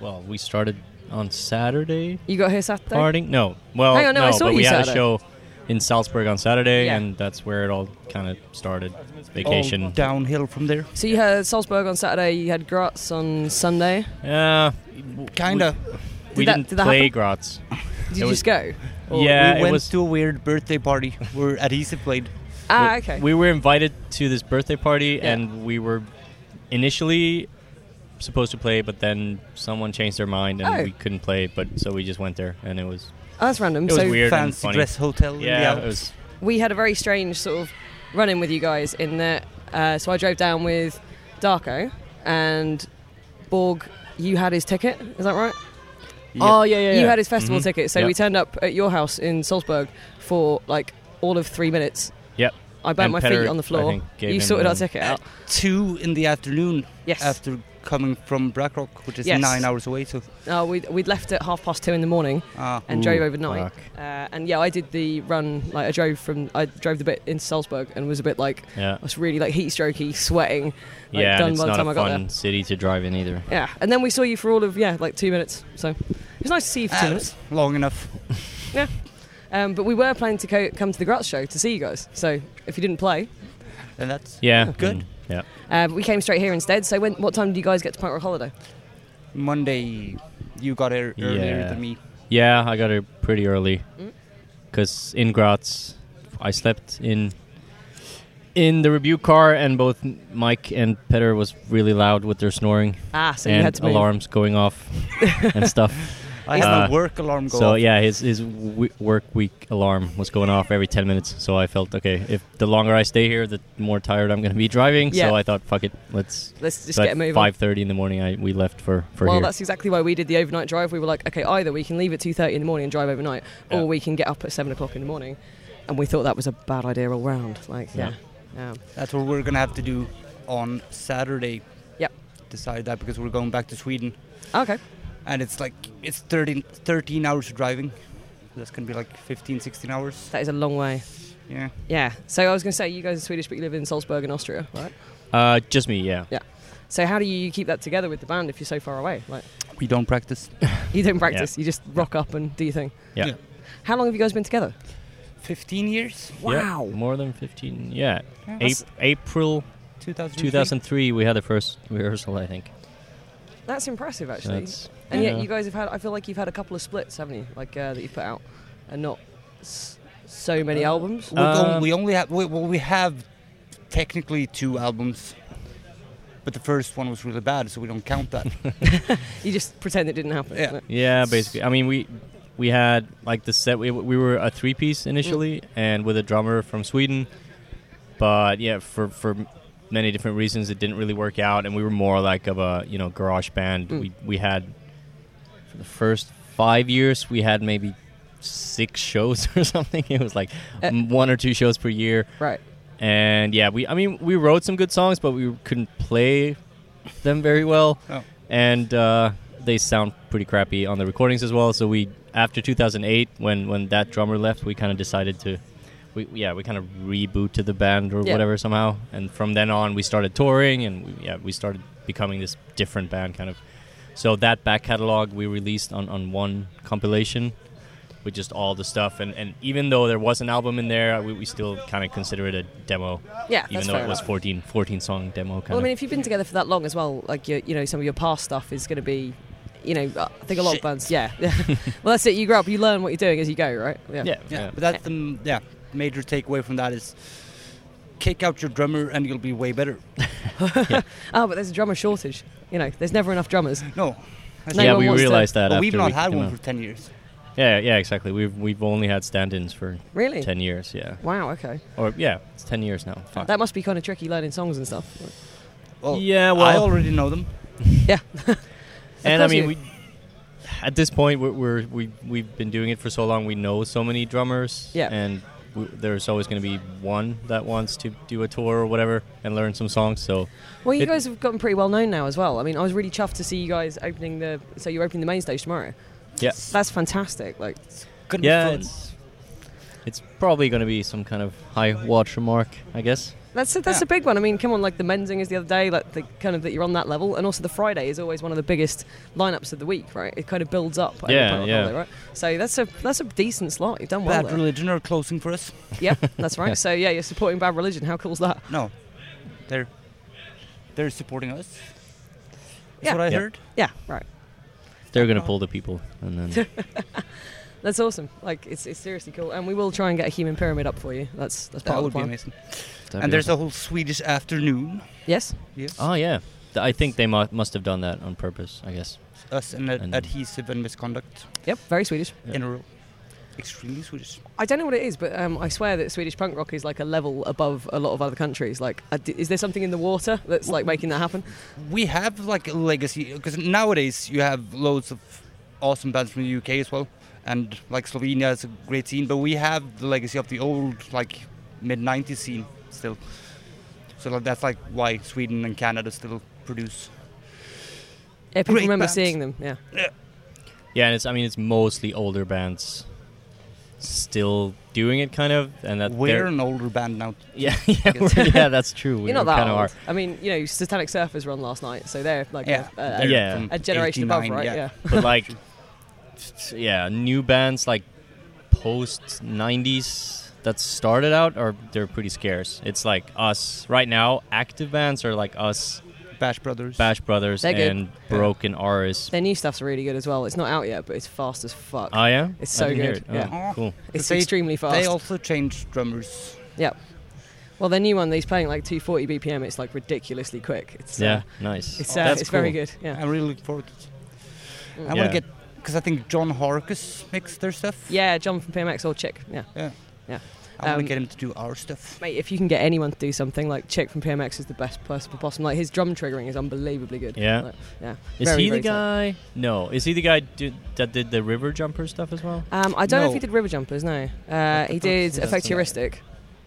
Well, we started on Saturday You got here Saturday? partying. No, well, Hang on, no, I no, saw but you we had a Saturday. show in Salzburg on Saturday, Yeah. and that's where it all kind of started. all Vacation. downhill from there. So you had Salzburg on Saturday, you had Graz on Sunday. Yeah, Kinda. we Did that- didn't did that play happen? Graz. Did It you was- just go? Or- yeah, Oh, we it went was. to a weird birthday party. We're at Easy Blade. Ah, we- okay. We were invited to this birthday party, Yeah. and we were initially supposed to play, but then someone changed their mind, and Oh. we couldn't play. But so we just went there, and it was oh, that's random. it was so weird and Fancy funny. dress hotel Yeah, in the it was. Alps. we had a very strange sort of run in with you guys in that uh, so I drove down with Darko and Borg you had his ticket, is that right? Oh yeah, yeah. You had his festival Mhm. ticket, so Yep. we turned up at your house in Salzburg for like all of three minutes. Yep. I burnt And my Petter, feet on the I floor. think, gave You him um, sorted our one. ticket out. Two in the afternoon Yes. after coming from Blackrock, which is Yes. nine hours away. So, Uh, we'd, we'd left at half past two in the morning uh, and Ooh, drove overnight. fuck. Uh, and yeah, I did the run. Like I drove from, I drove the bit into Salzburg and was a bit like, Yeah, I was really like heat strokey, sweating. Like, yeah. done And it's by the not time I a got there. fun city to drive in either. Yeah, and then we saw you for all of yeah, like two minutes. So it was nice to see you for two Um, ah, minutes. long enough. Um, but we were planning to co- come to the Graz show to see you guys. So if you didn't play, And that's Yeah, Good. and- yeah, uh, but we came straight here instead. So when, what time did you guys get to Punk Rock Holiday? Monday. You got here earlier Yeah. than me. yeah. I got here pretty early Mm. because in Graz, I slept in in the rebuke car, and both Mike and Petter was really loud with their snoring Ah, so and you had to move. alarms going off and stuff. I had Uh, a work alarm go so off. yeah, his his w- work week alarm was going off every ten minutes. So I felt okay. If the longer I stay here, the more tired I'm going to be driving. Yeah. So I thought, fuck it, let's. Let's just so get at moving. Five thirty in the morning, I we left for for well, here. that's exactly why we did the overnight drive. We were like, okay, either we can leave at two thirty in the morning and drive overnight, Yeah. or we can get up at seven o'clock in the morning. And we thought that was a bad idea all round. Like, yeah, Yeah. yeah. That's what we're gonna have to do on Saturday. Yep. Decide that because we're going back to Sweden, okay, and it's like it's 13, 13 hours of driving. That's gonna be like 15, 16 hours. that is a long way. Yeah. Yeah. So I was going to say, you guys are Swedish, but you live in Salzburg in Austria, right? uh, just me, yeah. So how do you keep that together with the band if you're so far away? Like, We don't practice. you don't practice. You just rock up and do your thing. Yeah. Yeah. How long have you guys been together? 15 years. Yeah, Wow. more than 15. Yeah. Yeah, Ap- April 2003. 2003, we had the first rehearsal, I think. That's impressive, So actually. that's- and yet yeah. you guys have had. I feel like you've had a couple of splits, haven't you? Like uh, that you put out, and not s- so many albums. We're going- Um, we only have we, well, we have technically two albums, but the first one was really bad, so we don't count that. You just pretend it didn't happen. Yeah. isn't it? Yeah, basically. I mean, we we had like the set. We, we were a three piece initially, Mm. and with a drummer from Sweden. But yeah, for for many different reasons, it didn't really work out, and we were more like of a you know garage band. Mm. We we had for the first five years, we had maybe six shows or something. It was like Uh, m one or two shows per year. Right. and yeah, we I mean we wrote some good songs, but we couldn't play them very well, Oh. and uh, they sound pretty crappy on the recordings as well. So we after 2008, when when that drummer left, we kind of decided to, we yeah we kind of rebooted the band or Yeah. whatever somehow, and from then on we started touring and we, yeah we started becoming this different band kind of. So that back catalog we released on on one compilation with just all the stuff. And, and even though there was an album in there, we, we still kind of consider it a demo, Yeah. even that's though fair it was enough. 14, 14 song demo kind Well, I of. mean, if you've been together for that long as well, like you, you know, some of your past stuff is going to be, you know, uh, I think a lot of Shit. bands. Yeah. well, that's it. You grow up. You learn what you're doing as you go, right? yeah, yeah, yeah. but that's the m- yeah major takeaway from that is kick out your drummer and you'll be way better. Oh, but there's a drummer shortage. You know, there's never enough drummers. No, that's No Yeah, not- one we wants to- realized that but after we've not we had came one out. for 10 years. Yeah, yeah, exactly. We've we've only had stand-ins for Really? ten years. Yeah, Wow. Okay. or yeah, it's ten years now. Fuck. That must be kind of tricky learning songs and stuff. Well, yeah, I well, already know them. and I course mean, you- we, at this point, we're, we're we we've been doing it for so long. We know so many drummers. Yeah. and. w there's always going to be one that wants to do a tour or whatever and learn some songs. So Well, you It- guys have gotten pretty well known now as well. I mean, I was really chuffed to see you guys opening the. So you're opening the main stage tomorrow. Yeah. That's fantastic. Like, gonna yeah, be fun. it's it's probably going to be some kind of high watermark, I guess. That's a, that's Yeah. a big one. I mean, come on, like the Menzing is the other day, like the kind of that you're on that level, and also the Friday is always one of the biggest lineups of the week, right? It kind of builds up. over Yeah, Planet yeah. Holiday, right? So that's a that's a decent slot. You've done well. uh, Bad There. Religion are closing for us. Yep, that's right. So yeah, you're supporting Bad Religion. How cool is that? No, they're they're supporting us. That's Yeah. what I Yeah. heard. Yeah, right. They're going to pull the people, and then That's awesome. Like it's, it's seriously cool, and we will try and get a human pyramid up for you. That's that's part That of the would be plan. amazing. And there's a whole Swedish afternoon. Yes. Yes, oh yeah, Th- I think they mu- must have done that on purpose. I guess. us and, and- ad- adhesive and misconduct Yep. Very Swedish. Yeah. in a row. Extremely Swedish. I don't know what it is, but um, I swear that Swedish punk rock is like a level above a lot of other countries. Like, I d- is there something in the water that's like making that happen? We have like a legacy because nowadays you have loads of awesome bands from the UK as well, and like Slovenia is a great scene. But we have the legacy of the old like mid '90s scene still. So like, that's like why Sweden and Canada still produce. Yeah, people Great remember bands. seeing them. Yeah. Yeah, and it's I mean it's mostly older bands still doing it kind of, and that We're they're- an older band now. yeah yeah we're- yeah that's true. You're not that kind of old. are. I mean, you know, Satanic Surfers were on last night, so they're like Yeah, a, a, they're yeah. from a generation above, 89, right? Yeah. but like t- yeah new bands like post 90s that started out are they're pretty scarce it's like us right now active bands are like us Bash Brothers. bash brothers They're good. and broken R's. Their new stuff's really good as well. It's not out yet, but it's fast as fuck. oh yeah It's I so didn't hear good, it. Oh, yeah. cool it's they- extremely fast. They also changed drummers. Yep. Well, their new one, that he's playing like 240 BPM. It's like ridiculously quick. It's, uh, yeah nice It's, Oh, uh, That's it's very cool. good. Yeah. I really look forward to it. I want Yeah. to get because I think John Harkus makes their stuff. Yeah, John from PMX or Chick. Yeah. I want um, to get him to do our stuff. Mate, if you can get anyone to do something, like Chick from PMX is the best person possible. Like his drum triggering is unbelievably good. Yeah. Like, yeah. is Very, he very the guy no is he the guy do, that did the river jumper stuff as well Um, I don't know if No. he did River Jumpers. No, uh, he did that's Effect not- Heuristic.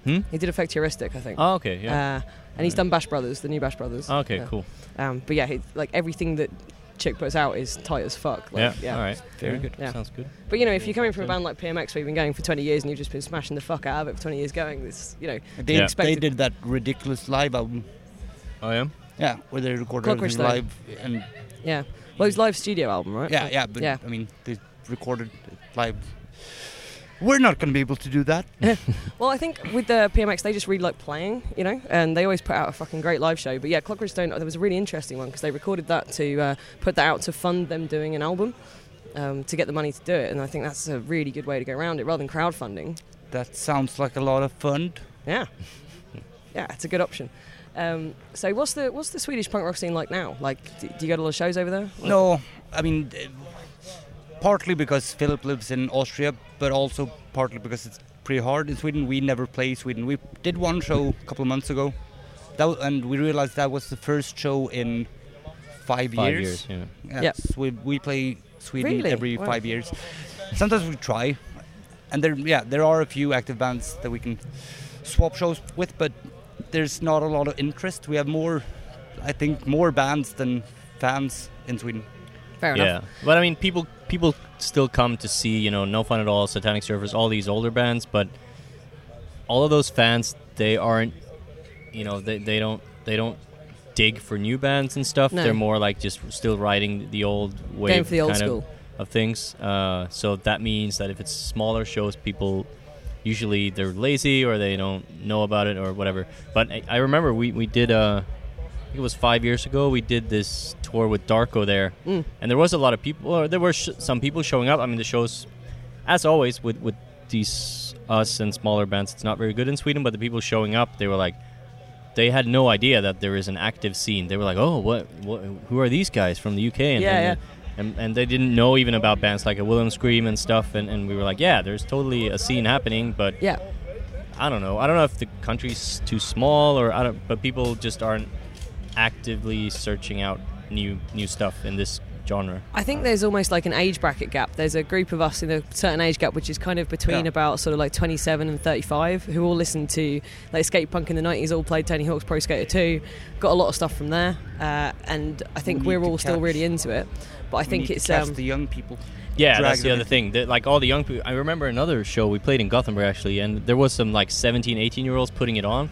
hmm He did Effect Heuristic, I think. oh okay yeah Oh. Uh, and he's done Bash Brothers, the new Bash Brothers. okay yeah. cool Um, but yeah, he, like everything that Chick puts out is tight as fuck. yeah. Like, all right Very Yeah. good. Yeah. sounds good But you know, if you're coming from a band like PMX where you've been going for 20 years and you've just been smashing the fuck out of it for 20 years going, it's you know, They, Yeah. they expected- did that ridiculous live album. oh yeah Yeah, where they recorded Clockwork everything live and yeah. Well, it's live studio album, right? yeah, yeah. But Yeah. I mean, they recorded it live. We're not going to be able to do that. Well, I think with the PMX, they just really like playing, you know, and they always put out a fucking great live show. But yeah, Clockwork Stone, there was a really interesting one because they recorded that to uh, put that out to fund them doing an album um, to get the money to do it. And I think that's a really good way to go around it rather than crowdfunding. That sounds like a lot of fun. Yeah, yeah, it's a good option. Um, so what's the what's the Swedish punk rock scene like now? Like, do, do you go to a lot of shows over there? No, I mean, eh, partly because Philip lives in Austria, but also partly because it's pretty hard in Sweden. We never play Sweden. We did one show a couple of months ago, that, wa- and we realized that was the first show in five, five years yeah Yes, Yep. we, we play Sweden Really? every Wow. five years. Sometimes we try, and there yeah there are a few active bands that we can swap shows with, but there's not a lot of interest. We have more, I think, more bands than fans in Sweden. Fair enough. Yeah, but I mean, people people still come to see you know No Fun at All, Satanic Surfers, all these older bands, but all of those fans they aren't you know they, they don't they don't dig for new bands and stuff. No. They're more like just still riding the old way Going for the old kind of- school. Of, things. Uh, so that means that if it's smaller shows, people usually they're lazy or they don't know about it or whatever. But I, I remember we we did uh I think it was five years ago we did this tour with Darko there, Mm. and there was a lot of people. Or there were sh- some people showing up. I mean, the shows, as always, with with these us and smaller bands, it's not very good in Sweden. But the people showing up, they were like, they had no idea that there is an active scene. They were like, oh, what, what who are these guys from the UK? And, Yeah, and, And, and they didn't know even about bands like a William Scream and stuff. And, and we were like, yeah, there's totally a scene happening, but Yeah. I don't know. I don't know if the country's too small or I don't. But people just aren't actively searching out new new stuff in this genre. I think there's almost like an age bracket gap. There's a group of us in a certain age gap, which is kind of between Yeah. about sort of like 27 and 35, who all listened to like skate punk in the 90s, all played Tony Hawk's Pro Skater 2, got a lot of stuff from there, uh, and I think we We need are to all still catch- really into it. But I We think need to it's catch um, the young people. Yeah, drag that's the them in. other thing. That, like all the young people, I remember another show we played in Gothenburg actually, and there was some like 17, 18 year olds putting it on,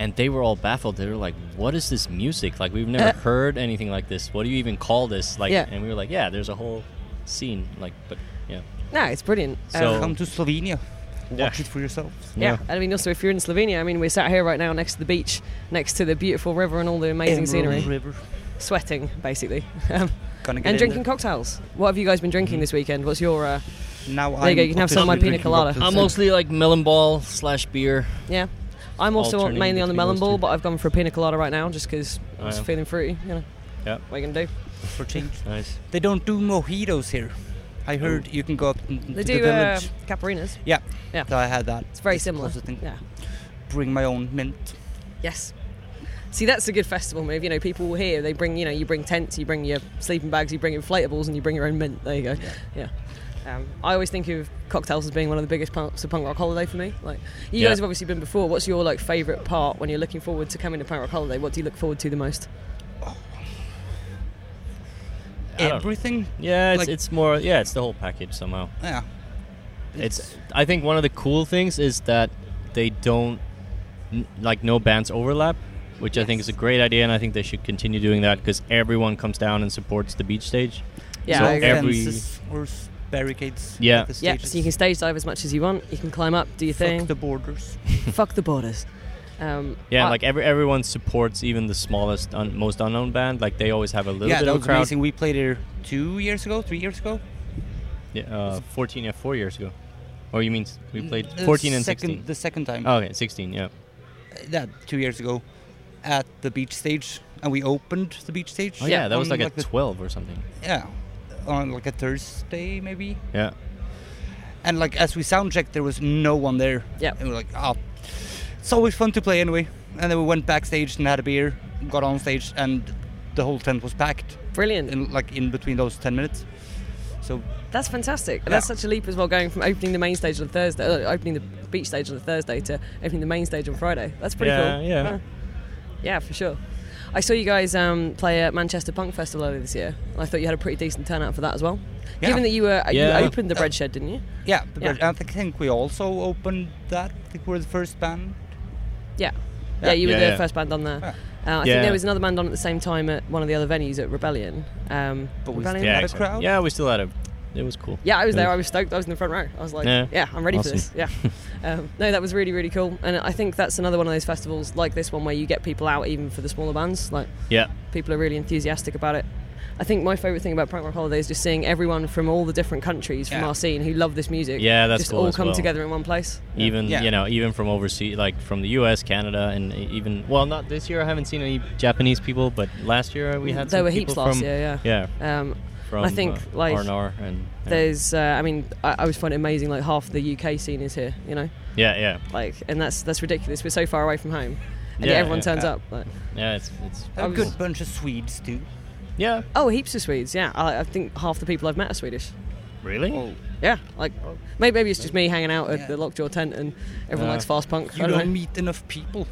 and they were all baffled. They were like, "What is this music? Like we've never heard anything like this. What do you even call this?" Like, Yeah. and we were like, "Yeah, there's a whole scene." Like, but yeah, no, it's brilliant. So- Um, Come to Slovenia. Yeah. Watch it for yourselves. yeah, and I mean, also if you're in Slovenia, I mean, we're sat here right now next to the beach, next to the beautiful river and all the amazing Emerald scenery, River. sweating basically, um, Gonna get and drinking in there. Mm-hmm. cocktails. What have you guys been drinking this weekend? What's your uh, Now There you go, I'm you can have some of my pina officially drinking colada. cocktails. I'm mostly like melon ball slash beer. Yeah. I'm also on, Alternating mainly on the between melon those ball, two. but I've gone for a pina colada right now just because I'm Oh, just yeah. feeling fruity. You know, Yeah. what are you gonna do? for change. Nice. They don't do mojitos here. I heard you can go up n- to They do the uh, village. caparinas. Yeah. Yeah. So I had that. It's very It's similar. close, I think. Yeah. Bring my own mint. Yes. See, that's a good festival move. You know, people here they bring you know you bring tents, you bring your sleeping bags, you bring inflatables, and you bring your own mint. There you go. Yeah. Um, I always think of cocktails as being one of the biggest parts of punk rock holiday for me. Like, you Yeah. guys have obviously been before. What's your like favourite part when you're looking forward to coming to punk rock holiday? What do you look forward to the most? I don't- Everything. Yeah, it's, Like- it's more. Yeah, it's the whole package somehow. Yeah. it's i think one of the cool things is that they don't n- like no bands overlap which i think is a great idea and i think they should continue doing that because everyone comes down and supports the beach stage Yeah. So I like agree. every- fences or s- barricades. at Yeah. the yeah. stages. So you can stage dive as much as you want. You can climb up, do your Fuck thing. the borders. fuck the borders. Um, Uh, yeah I- like every everyone supports even the smallest un, most unknown band like they always have a little yeah, bit that of a was crowd amazing. We played here two years ago, three years ago. Yeah, uh, 14 yeah four years ago or you mean s- we played The 14 and Mm, uh, second, 16 The second time. Uh, oh, okay 16 yeah Yeah, two years ago, at the beach stage, and we opened the beach stage. oh yeah that was on, like, a the- 12 or something yeah, on like a Thursday maybe. yeah And like as we sound checked, there was no one there. Yeah. And we are like, oh, it's always fun to play anyway. And then we went backstage and had a beer, got on stage, and the whole tent was packed. Brilliant. In like in between those ten minutes. So That's fantastic. And That's Yeah. such a leap as well, going from opening the main stage on a Thursday, uh, opening the beach stage on a Thursday to opening the main stage on Friday. That's pretty Yeah, cool. yeah. Yeah, for sure. I saw you guys um, play at Manchester Punk Festival earlier this year. and I thought you had a pretty decent turnout for that as well. Yeah. Given that you were Yeah. you opened the bread shed, didn't you? yeah, the Yeah. bridge- I think- think we also opened that. I think we're the first band. Yeah. Yeah, Yeah. you were Yeah, the yeah. first band on there. Yeah. Uh, I think Yeah. there was another band on at the same time at one of the other venues at Rebellion. Um, But we Rebellion? still yeah had a exactly. crowd? yeah we still had a it was cool Yeah, I was It there. I was stoked. I was in the front row. I was like, yeah, Yeah. I'm ready for Awesome. this. Yeah. um, no, that was really, really cool. And I think that's another one of those festivals like this one where you get people out even for the smaller bands. Like, yeah people are really enthusiastic about it. I think my favourite thing about Prank Rock Holiday is just seeing everyone from all the different countries from Yeah. our scene who love this music. Yeah, that's Just cool all as come well. together in one place. even Yeah. you know even from overseas like from the us canada and even well not this year i haven't seen any japanese people but last year we had There some Mm, were heaps people last from, year, yeah Um, from I think, uh, like, r and yeah. There's, uh, I mean, I, I always find it amazing. Like half the UK scene is here, you know, yeah yeah like, and that's that's ridiculous. We're so far away from home, and Yeah, yet everyone yeah. turns Yeah. up. Like, yeah it's it's Had I A was- good bunch of Swedes too. yeah oh, heaps of Swedes. Yeah, I, I think half the people I've met are Swedish. really Oh, Yeah, like maybe, maybe it's just me hanging out at Yeah. the Lockjaw tent and everyone Yeah. likes fast punk. You I don't, don't know. meet enough people.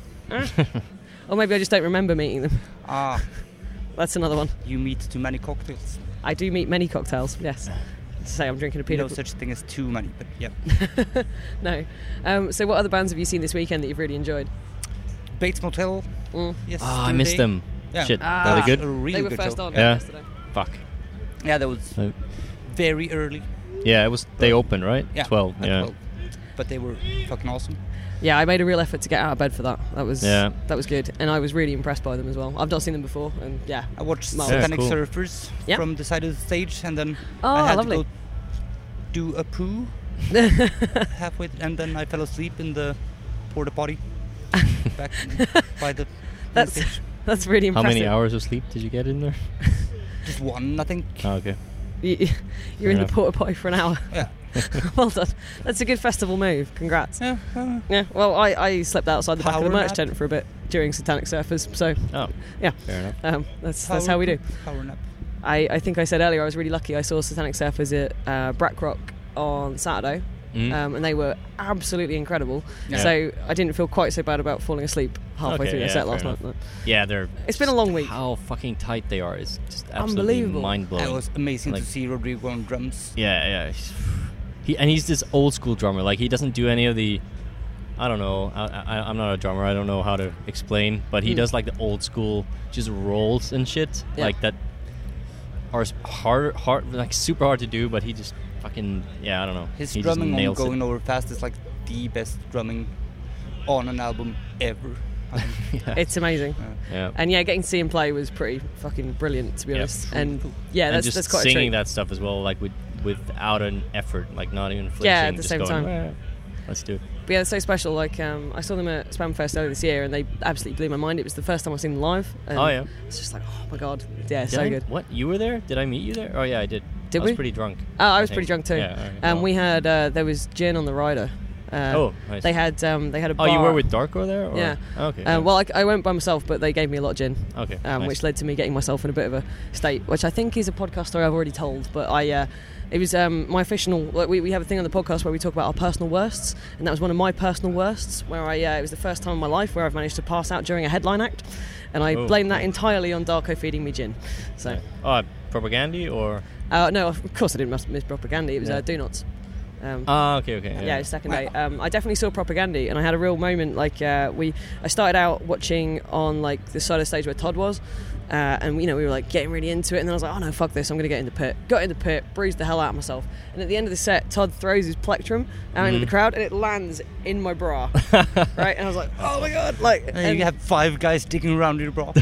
Or maybe I just don't remember meeting them. Ah, That's another one. you meet too many cocktails. I do meet many cocktails. Yes. Say I'm drinking a pina. No such thing as too many, but yeah. no. Um, so what other bands have you seen this weekend that you've really enjoyed? Bates Motel. Mm. Yes. Ah, i missed them Yeah. shit Ah. were they A good really they were good first show. on Yeah. yesterday. fuck Yeah, that was Uh, very early. yeah it was they opened right Yeah, 12 at yeah 12. But they were fucking awesome. Yeah, I made a real effort to get out of bed for that. That was Yeah. that was good, and I was really impressed by them as well. I've not seen them before, and yeah, I watched Nice. Yeah, Satanic cool. Surfers Yeah. from the side of the stage, and then Oh, I had lovely. to go do a poo halfway, and then I fell asleep in the porta potty back by the That's- stage. that's really how impressive. many hours of sleep did you get in there Just one, I think. oh, okay You, you're Fair in the enough. porta potty for an hour. Yeah. well done. That's a good festival move. Congrats. Yeah, uh, Yeah, well, I, I slept outside the back of the Power merch nap. tent for a bit during Satanic Surfers, so oh yeah, fair enough um, that's that's how power we do. nap, Power nap. I, I think I said earlier I was really lucky. I saw Satanic Surfers at uh, Brack Rock on Saturday, Mm. um, and they were absolutely incredible. Yeah. So I didn't feel quite so bad about falling asleep halfway Okay, through the yeah, set last fair night. enough. yeah, they're. It's been a just long week. How fucking tight they are is just absolutely Unbelievable. mind blowing. It was amazing Like- to see Rodrigo on drums. Yeah, yeah. he's- He and he's this old school drummer. Like he doesn't do any of the. I don't know. I, I, I'm not a drummer. I don't know how to explain. But he Hmm. does like the old school, just rolls and shit Yeah. like that. Are s- hard, hard, like super hard to do. But he just fucking yeah. I don't know. His he just drumming on nails it. Going Over Fast is like the best drumming on an album ever. I think. yeah. It's amazing. yeah. And yeah, getting to see him play was pretty fucking brilliant, to be Yeah. honest. And yeah, that's, and just that's quite a singing treat. that stuff as well, like with without an effort, like not even flinching. Yeah, at the just same going, time. "Eh, Let's do it. But yeah, it's so special. Like um, I saw them at Spamfest earlier this year, and they absolutely blew my mind. It was the first time I've seen them live. And Oh, yeah. it's just like oh my god, yeah, Did so I- good. What you were there? Did I meet you there? Oh yeah, I did. Did I was we? pretty drunk. Oh, I was think. pretty drunk too. Yeah, alright, um, well. we had uh, there was gin on the rider. Uh, Oh, nice. they had um, they had a. Oh, you bar. were with Darko there? Or? Yeah. Oh, okay. Uh, well, I, I went by myself, but they gave me a lot of gin. Okay, Um, nice. Which led to me getting myself in a bit of a state, which I think is a podcast story I've already told. But I, uh, it was um, my fictional. Like we, we have a thing on the podcast where we talk about our personal worsts, and that was one of my personal worsts. Where I, uh, it was the first time in my life where I've managed to pass out during a headline act, and I Oh, blame that yeah. entirely on Darko feeding me gin. So. oh, propaganda or? Uh, no, of course I didn't miss, miss propaganda. It was Yeah. uh, Do Nots. Um, Ah, okay, okay. yeah, it was second day. Um, I definitely saw propaganda, and I had a real moment. Like uh, we, I started out watching on like the side of the stage where Todd was, uh, and you know we were like getting really into it. And then I was like, oh no, fuck this! I'm gonna get in the pit. Got in the pit, bruised the hell out of myself. And at the end of the set, Todd throws his plectrum out into the crowd, and it lands in my bra. right, and I was like, oh my god! Like, And and- you have five guys digging around your bra.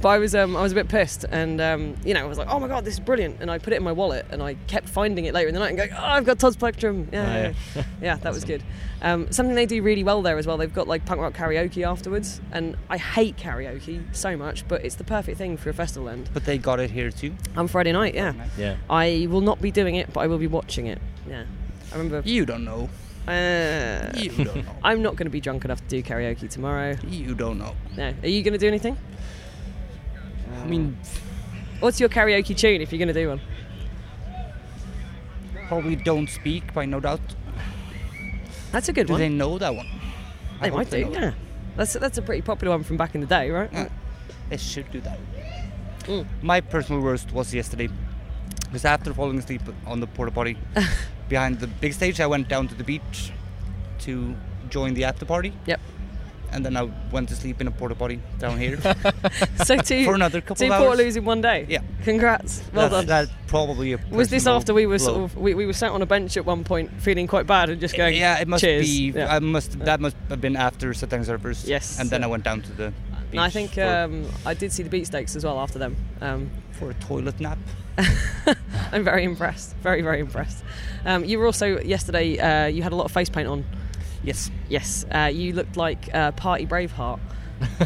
but I was um, I was a bit pissed, and um, you know I was like, oh my god, this is brilliant, and I put it in my wallet, and I kept finding it later in the night and going, oh, I've got Todd's Plectrum, yeah, Ah, yeah, yeah. Yeah, that was good. Um, something they do really well there as well. They've got like punk rock karaoke afterwards, and I hate karaoke so much, but it's the perfect thing for a festival end. but they got it here too. On Friday night, yeah, Yeah. I will not be doing it, but I will be watching it. Yeah, I remember. You don't know. Uh, You don't know. I'm not going to be drunk enough to do karaoke tomorrow. You don't know. No, are you going to do anything? I mean, What's your karaoke tune if you're going to do one? probably don't speak by no doubt. That's a good Do one. they know that one? I They hope Mm. might do, know. yeah. That's that's a pretty popular one from back in the day, right? Yeah. They should do that. Mm. My personal worst was yesterday. Because after falling asleep on the porta potty behind the big stage, I went down to the beach to join the after party. Yep. And then I went to sleep in a porta potty down here. So two For another couple two of hours. Portaloos in one day. Yeah. Congrats. Well done. that's, that's probably a was this personal after we were sort blow. of we, we were sat on a bench at one point feeling quite bad and just going yeah, it must cheers. be. um, Yeah. I must. That must have been after Satang Surfers. Yes. And then Yeah. I went down to the. Beach and I think for, um, I did see the beat steaks as well after them. Um, for a toilet nap. I'm very impressed. Very very impressed. Um, you were also yesterday. Uh, you had a lot of face paint on. Yes. Yes. Uh, you looked like uh, Party Braveheart.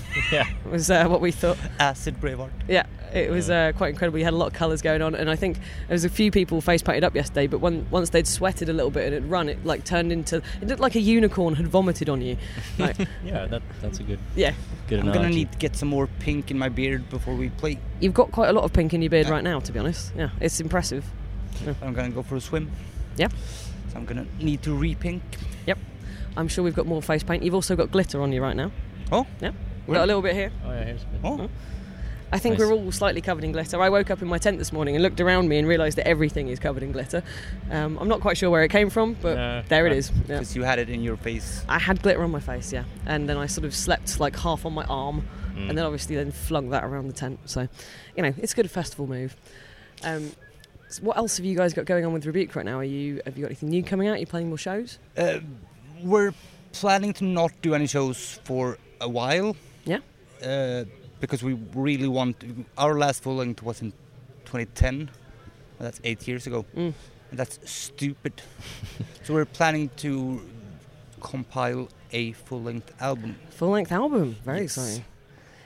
Yeah. Was uh, what we thought. Acid Braveheart. Yeah, it was uh, quite incredible. You had a lot of colours going on, and I think there was a few people face painted up yesterday. But when, once they'd sweated a little bit and it run, it like turned into it looked like a unicorn had vomited on you. Like, Yeah. That that's a good yeah, good I'm gonna analogy. need to get some more pink in my beard before we play. you've got quite a lot of pink in your beard right now, to be honest. Yeah, it's impressive. I'm gonna go for a swim. Yeah. So I'm gonna need to re-pink. Yep, I'm sure we've got more face paint. You've also got glitter on you right now. Oh. Yep, got Really? a little bit here. Oh yeah. Here's a bit. Oh. I think Nice. we're all slightly covered in glitter. I woke up in my tent this morning and looked around me and realised that everything is covered in glitter. Um, I'm not quite sure where it came from, but No, there it right. is. Yeah. Because you had it in your face. I had glitter on my face, yeah, and then I sort of slept like half on my arm, Mm. and then obviously then flung that around the tent. So, you know, it's a good festival move. Um, so what else have you guys got going on with Rebuke right now? Are you have you got anything new coming out? Are you playing more shows? Uh, we're planning to not do any shows for a while. Yeah. Uh, because we really want. Our last full length was in 2010. Well, that's eight years ago. Mm. And that's stupid. so we're planning to compile a full length album. Full length album, very Yes. exciting.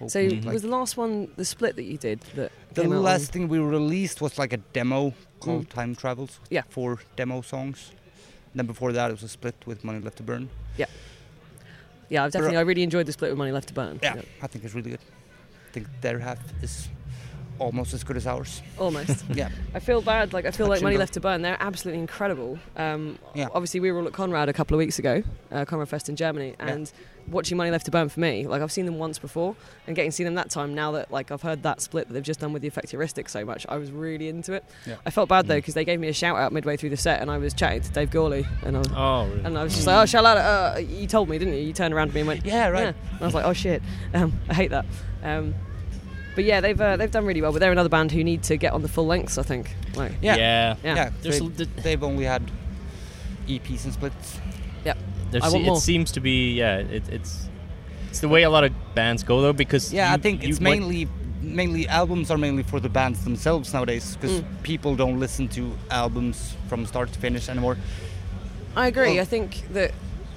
So, Hopefully, like- was the last one the split that you did? That The came out on- last thing we released was like a demo called Time Travels. Mm. Yeah. Four demo songs. And then before that, it was a split with Money Left to Burn. yeah, I've definitely I really enjoyed the split with Money Left to Burn. I think it's really good. I think their half is almost as good as ours. almost. Yeah. I feel bad. Like I feel like Touching Money up. Left to Burn. They're absolutely incredible. Um, Yeah. Obviously, we were all at Conrad a couple of weeks ago, uh, Conrad Fest in Germany, Yeah. and watching Money Left to Burn for me, like I've seen them once before, and getting to see them that time. Now that like I've heard that split that they've just done with the Effect Heuristic so much, I was really into it. Yeah. I felt bad though Mm. because they gave me a shout out midway through the set, and I was chatting to Dave Gawley, and I was, Oh, really? and I was just like, oh, shout out! Uh, you told me, didn't you? You turned around to me and went, Yeah, right. and I was like, oh shit, um, I hate that. Um, but yeah, they've uh, they've done really well. But they're another band who need to get on the full lengths. I think. Like, Yeah. yeah. yeah. Yeah, There's they, l- th- they've only had EPs and splits. There I se- want it more. seems to be yeah. It, it's it's the way a lot of bands go though because Yeah, I you- think you it's want- mainly mainly albums are mainly for the bands themselves nowadays Mm. because people don't listen to albums from start to finish anymore. I agree. Well- I think that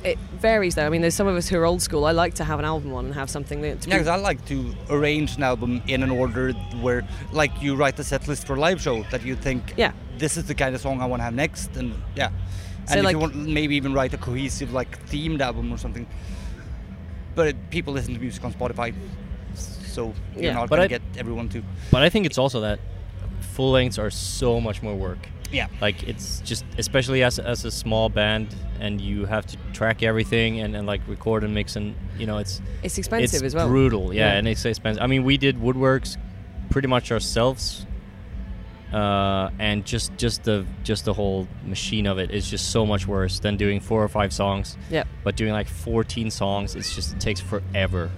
it varies though. I mean, there's some of us who are old school. I like to have an album on and have something that. To Yeah, be- because I like to arrange an album in an order where, like, you write the set list for a live show that you think, Yeah. this is the kind of song I want to have next, and yeah, So, and if like- you want, maybe even write a cohesive, like, themed album or something. But it, people listen to music on Spotify, so Yeah, you're not but gonna I- get everyone to. But I think it's also that full lengths are so much more work. Yeah, Like it's just especially as as a small band and you have to track everything and, and like record and mix and you know it's it's expensive it's as well. Brutal, yeah, Yeah. and it's expensive. I mean, we did woodworks pretty much ourselves, uh, and just just the just the whole machine of it is just so much worse than doing four or five songs. Yeah. But doing like fourteen songs, it's just it takes forever,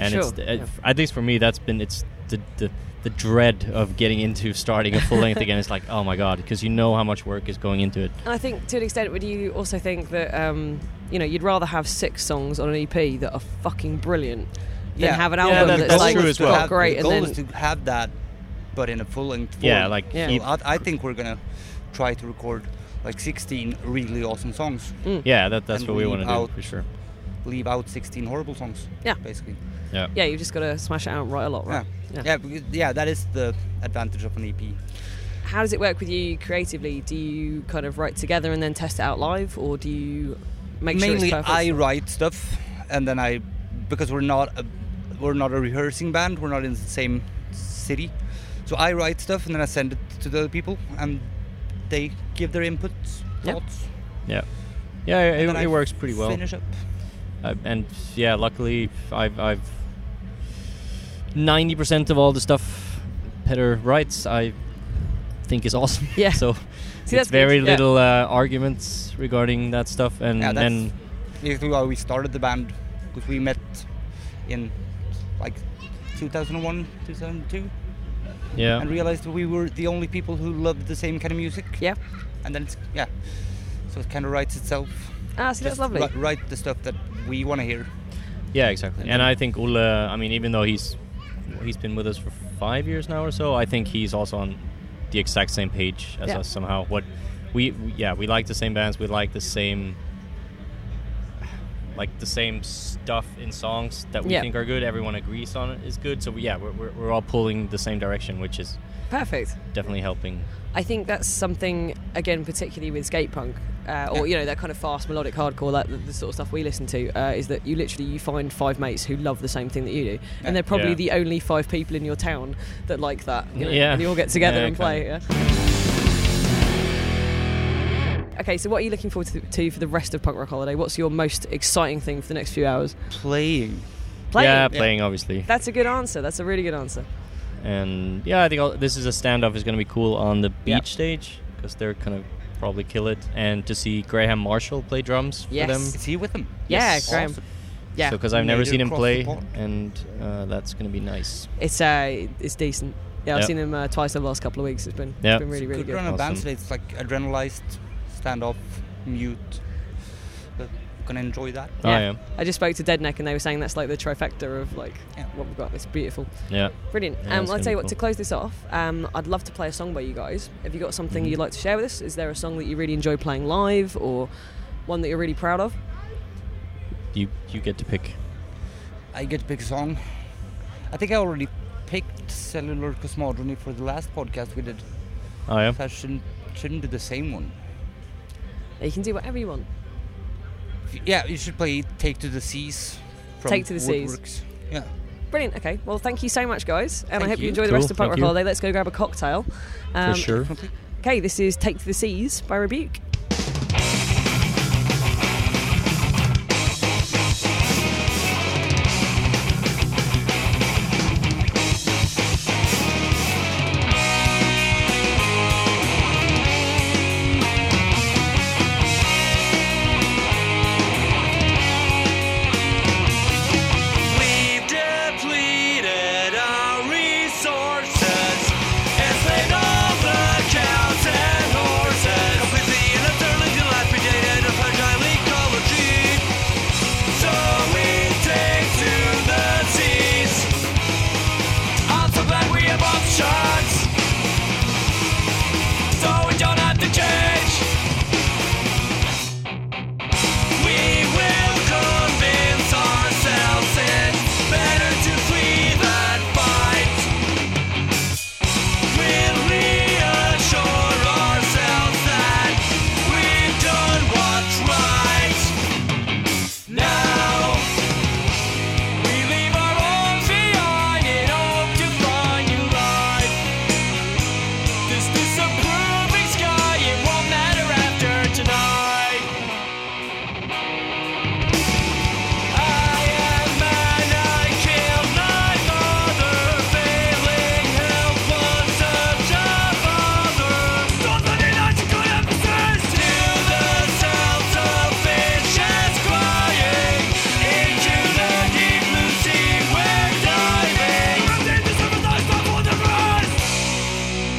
and it's Sure, uh, yeah. at least for me that's been it's the the. The dread of getting into starting a full length again It's like, oh my god, because you know how much work is going into it. And I think to an extent, would you also think that um, you know you'd rather have six songs on an EP that are fucking brilliant than have an Yeah, album that- that's, that's like true as well. not great the and goal then is to have that, but in a full length. Yeah, like Yeah. keep- I, I think we're gonna try to record like 16 really awesome songs, yeah, that, that's And what we leave want to out- do for sure. leave out 16 horrible songs. Yeah. basically. Yeah, yeah, you've just got to smash it out and write a lot, Yeah. right? Yeah. Yeah, because- yeah, that is the advantage of an E EP. How does it work with you creatively? Do you kind of write together and then test it out live, or do you make sure Mainly, it's perfect? I write stuff, and then I, because we're not a, we're not a rehearsing band, we're not in the same city, so I write stuff and then I send it to the other people, and they give their inputs, Yeah. thoughts. yeah, yeah. and It, then I it works pretty well. Mm, Finish up. I, Uh, and yeah, luckily I've I've ninety percent of all the stuff Peter writes I think is awesome. Yeah. so See, it's that's good, very yeah. little uh, arguments regarding that stuff, and Yeah, that's and basically why we started the band, because we met in like 2001, 2002, yeah, and realized we were the only people who loved the same kind of music. Yeah. and then it's yeah so it kind of writes itself Ah, see, that's Just lovely. wri- write the stuff that we want to hear yeah, exactly. and And then- I think Ulle, I mean, even though he's he's been with us for five years now or so, I think he's also on the exact same page as Yeah. us somehow. What we yeah we like the same bands, we like the same like the same stuff in songs that we Yeah. think are good. Everyone agrees on it is good. So we, yeah, we're, we're, we're all pulling the same direction, which is Perfect. definitely helping. I think that's something again, particularly with skate punk, uh, or you know that kind of fast melodic hardcore, that the, the sort of stuff we listen to, uh, is that you literally you find five mates who love the same thing that you do, and they're probably Yeah. the only five people in your town that like that. You know, Yeah. and you all get together Yeah, and play. yeah. Okay, so what are you looking forward to, to for the rest of Punk Rock Holiday? What's your most exciting thing for the next few hours? playing Playing. Yeah, playing obviously. That's a good answer. That's a really good answer. and yeah, I think all, this is a standoff is going to be cool on the beach Yeah. stage because they're going to probably kill it, and to see Graham Marshall play drums for Yes. them. is he with them Yeah, Graham. Awesome. Yeah, because I've never Major seen him cross play, the pond. and uh, that's going to be nice. it's uh, it's decent. Yeah, I've Yeah. seen them uh, twice in the last couple of weeks. It's been Yeah. it's been really really good good. run of bands Awesome. today. it's like adrenalized standoff mute but gonna enjoy that Oh, yeah. I just spoke to Deadneck and they were saying that's like the trifecta of like Yeah. what we've got. It's beautiful, Yeah. brilliant. Yeah, um, it's I'll gonna tell be you what. cool. To close this off, um, I'd love to play a song by you guys. Have you got something Mm-hmm. you'd like to share with us? Is there a song that you really enjoy playing live, or one that you're really proud of? You you get to pick. i get to pick a song i think i already picked cellular cosmogony for the last podcast we did Oh yeah. so i shouldn't shouldn't do the same one You can do whatever you want. yeah you should play take to the seas from Take to the Seas. Woodworks. yeah Brilliant. Okay. Well, thank you so much, guys, and I Thank hope you, you. enjoy the rest Cool, of Punk thank Rock you. Holiday. Let's go grab a cocktail. Um, for sure. Okay, this is Take to the Seas by Rebuke. We've depleted our resources and played all the cows and horses. Completely and utterly dilapidated a fragile ecology. So we take to the seas. I'm so glad we have options. So we don't have to change. We will convince ourselves it's better to flee than fight. We'll reassure ourselves that we've done what's right. Now we leave our homes behind in hope to find new life. This disapproving sky, it won't matter after tonight. I am man, I killed my mother, failing helpless such a father. Don't let it out, you could have possessed. Hear the sounds of fishes crying into the deep blue sea. We're diving. We're the summer night before the rest.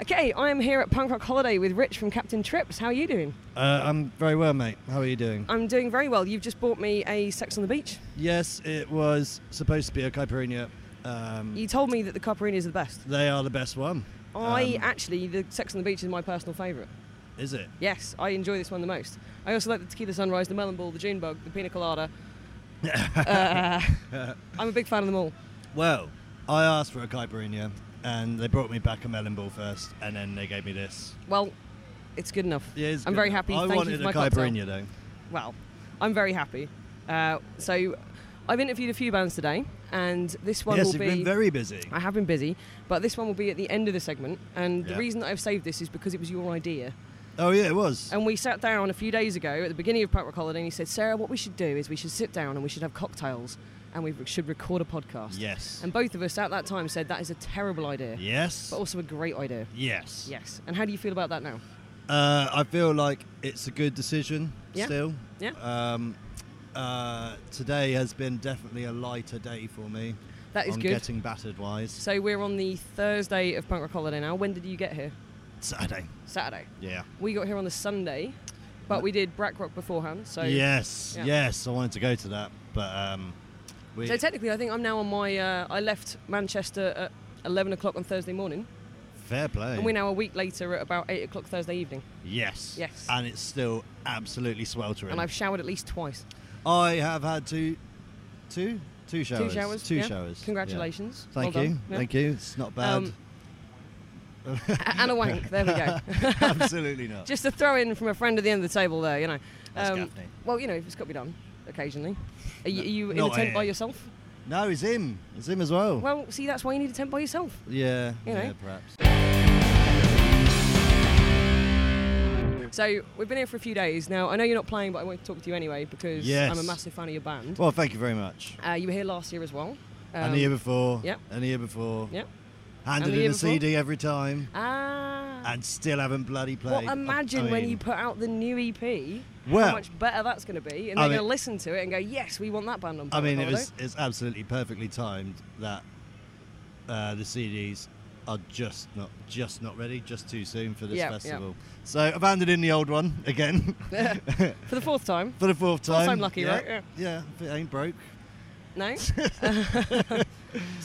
Okay, I am here at Punk Rock Holiday with Rich from Captain Trips. How are you doing? Uh, I'm very well, mate. How are you doing? I'm doing very well. You've just bought me a Sex on the Beach. Yes, it was supposed to be a caipirinha. Um, You told me that the caipirinhas are the best. they are the best one. I Um, actually, the Sex on the Beach is my personal favourite. Is it? Yes, I enjoy this one the most. I also like the tequila sunrise, the melon ball, the June bug, the pina colada. Uh, I'm a big fan of them all. Well, I asked for a caipirinha, and they brought me back a melon ball first, and then they gave me this. Well, it's good enough. It is I'm good very enough. happy. I Thank wanted you for a my cocktail. caipirinha, though. Well, I'm very happy. Uh, so, I've interviewed a few bands today, and this one yes, will you've be. been very busy. I have been busy, but this one will be at the end of the segment. And the Yeah. reason that I've saved this is because it was your idea. Oh yeah, it was. And we sat down a few days ago at the beginning of Punk Rock Holiday, and he said, Sarah, what we should do is we should sit down and we should have cocktails and we should record a podcast. Yes. And both of us at that time said that is a terrible idea, Yes. but also a great idea. Yes. Yes. And how do you feel about that now? Uh, I feel like it's a good decision Yeah. still. Yeah. Um, uh, today has been definitely a lighter day for me. That is on good. getting battered wise. So we're on the Thursday of Punk Rock Holiday now. When did you get here? Saturday. Saturday. Yeah. We got here on the Sunday, but we did Brack Rock beforehand. So yes, yeah. yes, I wanted to go to that, but um, we. So technically, I think I'm now on my. Uh, I left Manchester at 11 o'clock on Thursday morning, fair play. and we're now a week later at about 8 o'clock Thursday evening. Yes. Yes. And it's still absolutely sweltering. And I've showered at least twice. I have had two, two, two showers. Two showers. Two yeah. showers. yeah. Congratulations. Thank Well you. done. Yeah. Thank you. It's not bad. Um, A- and a wank. There we go. Absolutely not. Just a throw in from a friend at the end of the table there, you know. Um, That's Gaffney. well, you know, it's got to be done occasionally. Are you, are you in No, a tent I- by yourself? No, it's him. It's him as well. Well, see, that's why you need a tent by yourself. yeah. you know. Yeah, perhaps. So we've been here for a few days now. I know you're not playing, but I want to talk to you anyway because Yes. I'm a massive fan of your band. Well, thank you very much. Uh, you were here last year as well. and the year before. yeah. And the year before. Yeah. Um, Handed And the in year a before. CD every time. Ah. And still haven't bloody played. well, I- imagine I when mean, you put out the new EP, Well- how much better that's going to be, and I they're going to mean- listen to it and go, "Yes, we want that band on." I Punk mean, it Holiday." was it's absolutely perfectly timed that uh, the CDs are just not just not ready, just too soon for this Yeah, yeah. festival. So I've handed in the old one again For the fourth time. for the fourth Fourth time. time lucky, yeah. right? Yeah. Yeah, if it ain't broke. No? so, what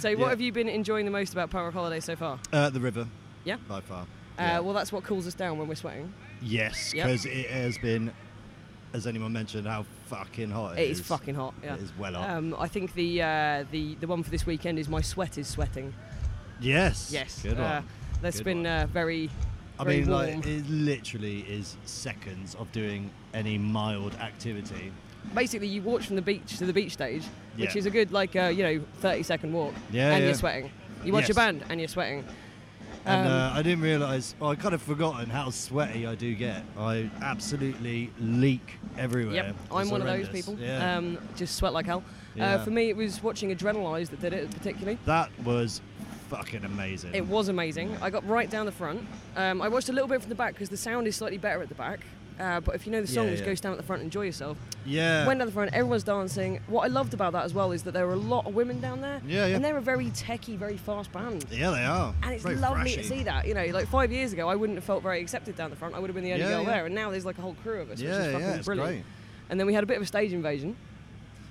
Yeah. have you been enjoying the most about Power of Holiday so far? Uh, the river. Yeah. By far. Uh, well, that's what cools us down when we're sweating. yes, Yep. because it has been, as anyone mentioned, how fucking hot It is fucking hot. Yeah. It is well hot. Um, I think the uh, the the one for this weekend is my sweat is sweating. yes. Yes. Good uh, one. That's Good been one. uh, very. I very mean, warm. like, it literally is seconds of doing any mild activity. basically you walk from the beach to the beach stage, which Yeah. is a good like uh, you know thirty second walk, Yeah, and yeah. you're sweating. You watch Yes. your band and you're sweating. And Um, uh, I didn't realise, well, I kind of forgotten how sweaty I do get. I absolutely leak everywhere. Yep, It's I'm one of those horrendous. people. Yeah. Um, just sweat like hell. Yeah. Uh, for me, it was watching Adrenalize that did it particularly. that was fucking amazing. It was amazing. I got right down the front. Um, I watched a little bit from the back because the sound is slightly better at the back. Uh, but if you know the Yeah, song, just yeah. Uh. go stand at the front and enjoy yourself. Yeah. Went down the front, everyone's dancing. What I loved about that as well is that there were a lot of women down there. Yeah, yeah. And they're a very techie, very fast band. yeah, they are. And it's Very lovely thrashy. to see that. You know, like five years ago, I wouldn't have felt very accepted down the front. I would have been the only Yeah, girl yeah. there. And now there's like a whole crew of us, which Yeah, is fucking yeah, it's brilliant. great. And then we had a bit of a stage invasion.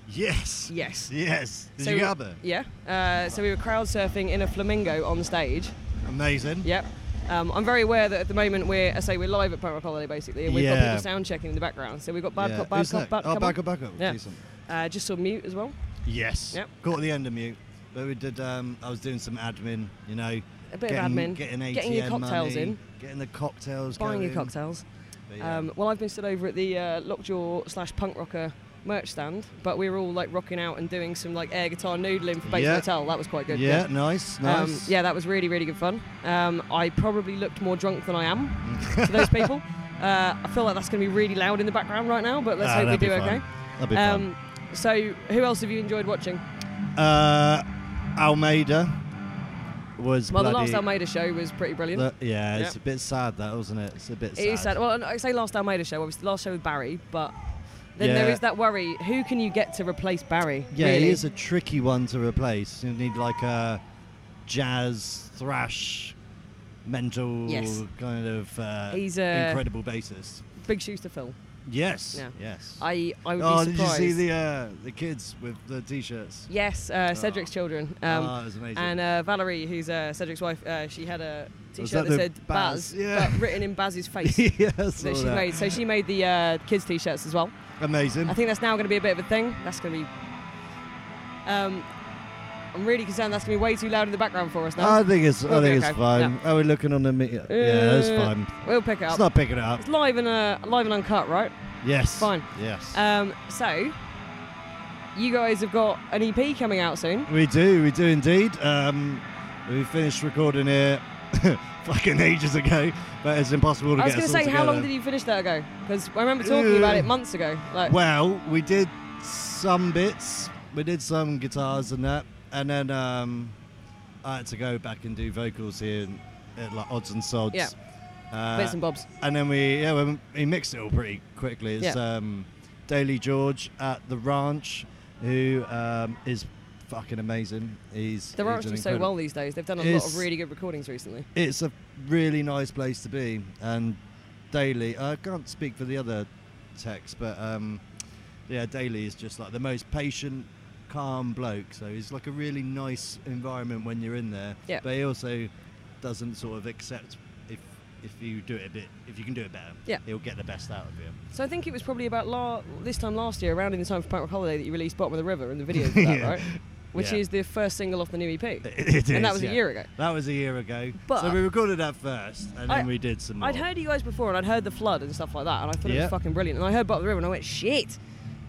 Yes. Yes. Yes. Did you we- get there? Yeah. Uh, so we were crowd surfing in a flamingo on stage. Amazing. Yep. Um, I'm very aware that at the moment we're, I say, we're live at Power Holiday basically, and we've got Yeah. people sound checking in the background. So we've got bad Yeah. cop, bad Who's cop, next? bad Oh, cop. back up, back up. Yeah. Decent. Uh, just saw mute as well. Yes. Yep. Caught the end of mute. But we did. Um, I was doing some admin. You know. A bit of getting, admin, Getting ATM getting your cocktails money, in. Getting the cocktails. Buying your going. cocktails. But yeah. Um, well, I've been stood over at the uh, Lockjaw slash punk rocker merch stand, but we were all like rocking out and doing some like air guitar noodling for Bates Yeah. Hotel. That was quite good. yeah, Nice. Nice. Um, yeah, that was really, really good fun. Um, I probably looked more drunk than I am to those people. Uh, I feel like that's going to be really loud in the background right now, but let's Ah, hope we that'd be do okay. fun. That'd be fun. Um, so, who else have you enjoyed watching? Uh, Almeida was Well, the bloody- last Almeida show was pretty brilliant. the- yeah, it's Yeah. a bit sad that, wasn't it? It's a bit sad. It is sad. Well, and I say last Almeida show, obviously, the last show with Barry, but then there Yeah. is that worry who can you get to replace Barry? yeah, really? he is a tricky one to replace. You need like a jazz thrash, mental Yes. kind of uh, He's a- incredible bassist. Big shoes to fill. Yes. Yeah. Yes. I, I would oh, be did you surprised. see the uh, the kids with the t-shirts? yes, uh, Cedric's children. Um, oh, it was amazing. and uh, Valerie, who's uh, Cedric's wife, uh, she had a Was T-shirt that, that the said Baz, Baz? Yeah. but written in Baz's face. that yeah, I saw she that. made. So she made the uh, kids' T-shirts as well. Amazing. I think that's now going to be a bit of a thing. That's going to be. Um, I'm really concerned. That's going to be way too loud in the background for us now. I think it's We'll I be think okay. it's fine. Are we looking on the me- yeah, it's Uh, fine. We'll pick it up. It's not picking it up. It's live and uh, live and uncut, right? Yes. Fine. Yes. Um, so you guys have got an EP coming out soon. we do. We do indeed. Um, we finished recording it fucking ages ago, but it's impossible to I was get going us to all say, together. how long did you finish that ago? Because I remember talking Uh, about it months ago. Like, Well, we did some bits. We did some guitars and that, and then um, I had to go back and do vocals here and, at like odds and sods. Yeah. Uh, bits and bobs. and then we yeah we, we mixed it all pretty quickly. It's Yeah. um, Daily George at the Ranch, who um, is fucking amazing. He's They're he's actually an so incredible- well these days. They've done a lot It's- of really good recordings recently. It's a really nice place to be, and Daily. I can't speak for the other techs, but um, yeah, Daily is just like the most patient, calm bloke. So it's like a really nice environment when you're in there. Yeah. But he also doesn't sort of accept if if you do it a bit, if you can do it better. Yeah. He'll get the best out of you. So I think it was probably about la- this time last year, around in the time for Punk Rock Holiday, that you released Bottom of the River and the video for that, Yeah. right? Which Yeah. is the first single off the new EP. It is, And that was a yeah. year ago. That was a year ago. so But- we recorded that first, and then I- we did some. More. I'd heard you guys before, and I'd heard the flood and stuff like that, and I thought it was Yeah. fucking brilliant. And I heard Bottom of the River, and I went, "Shit,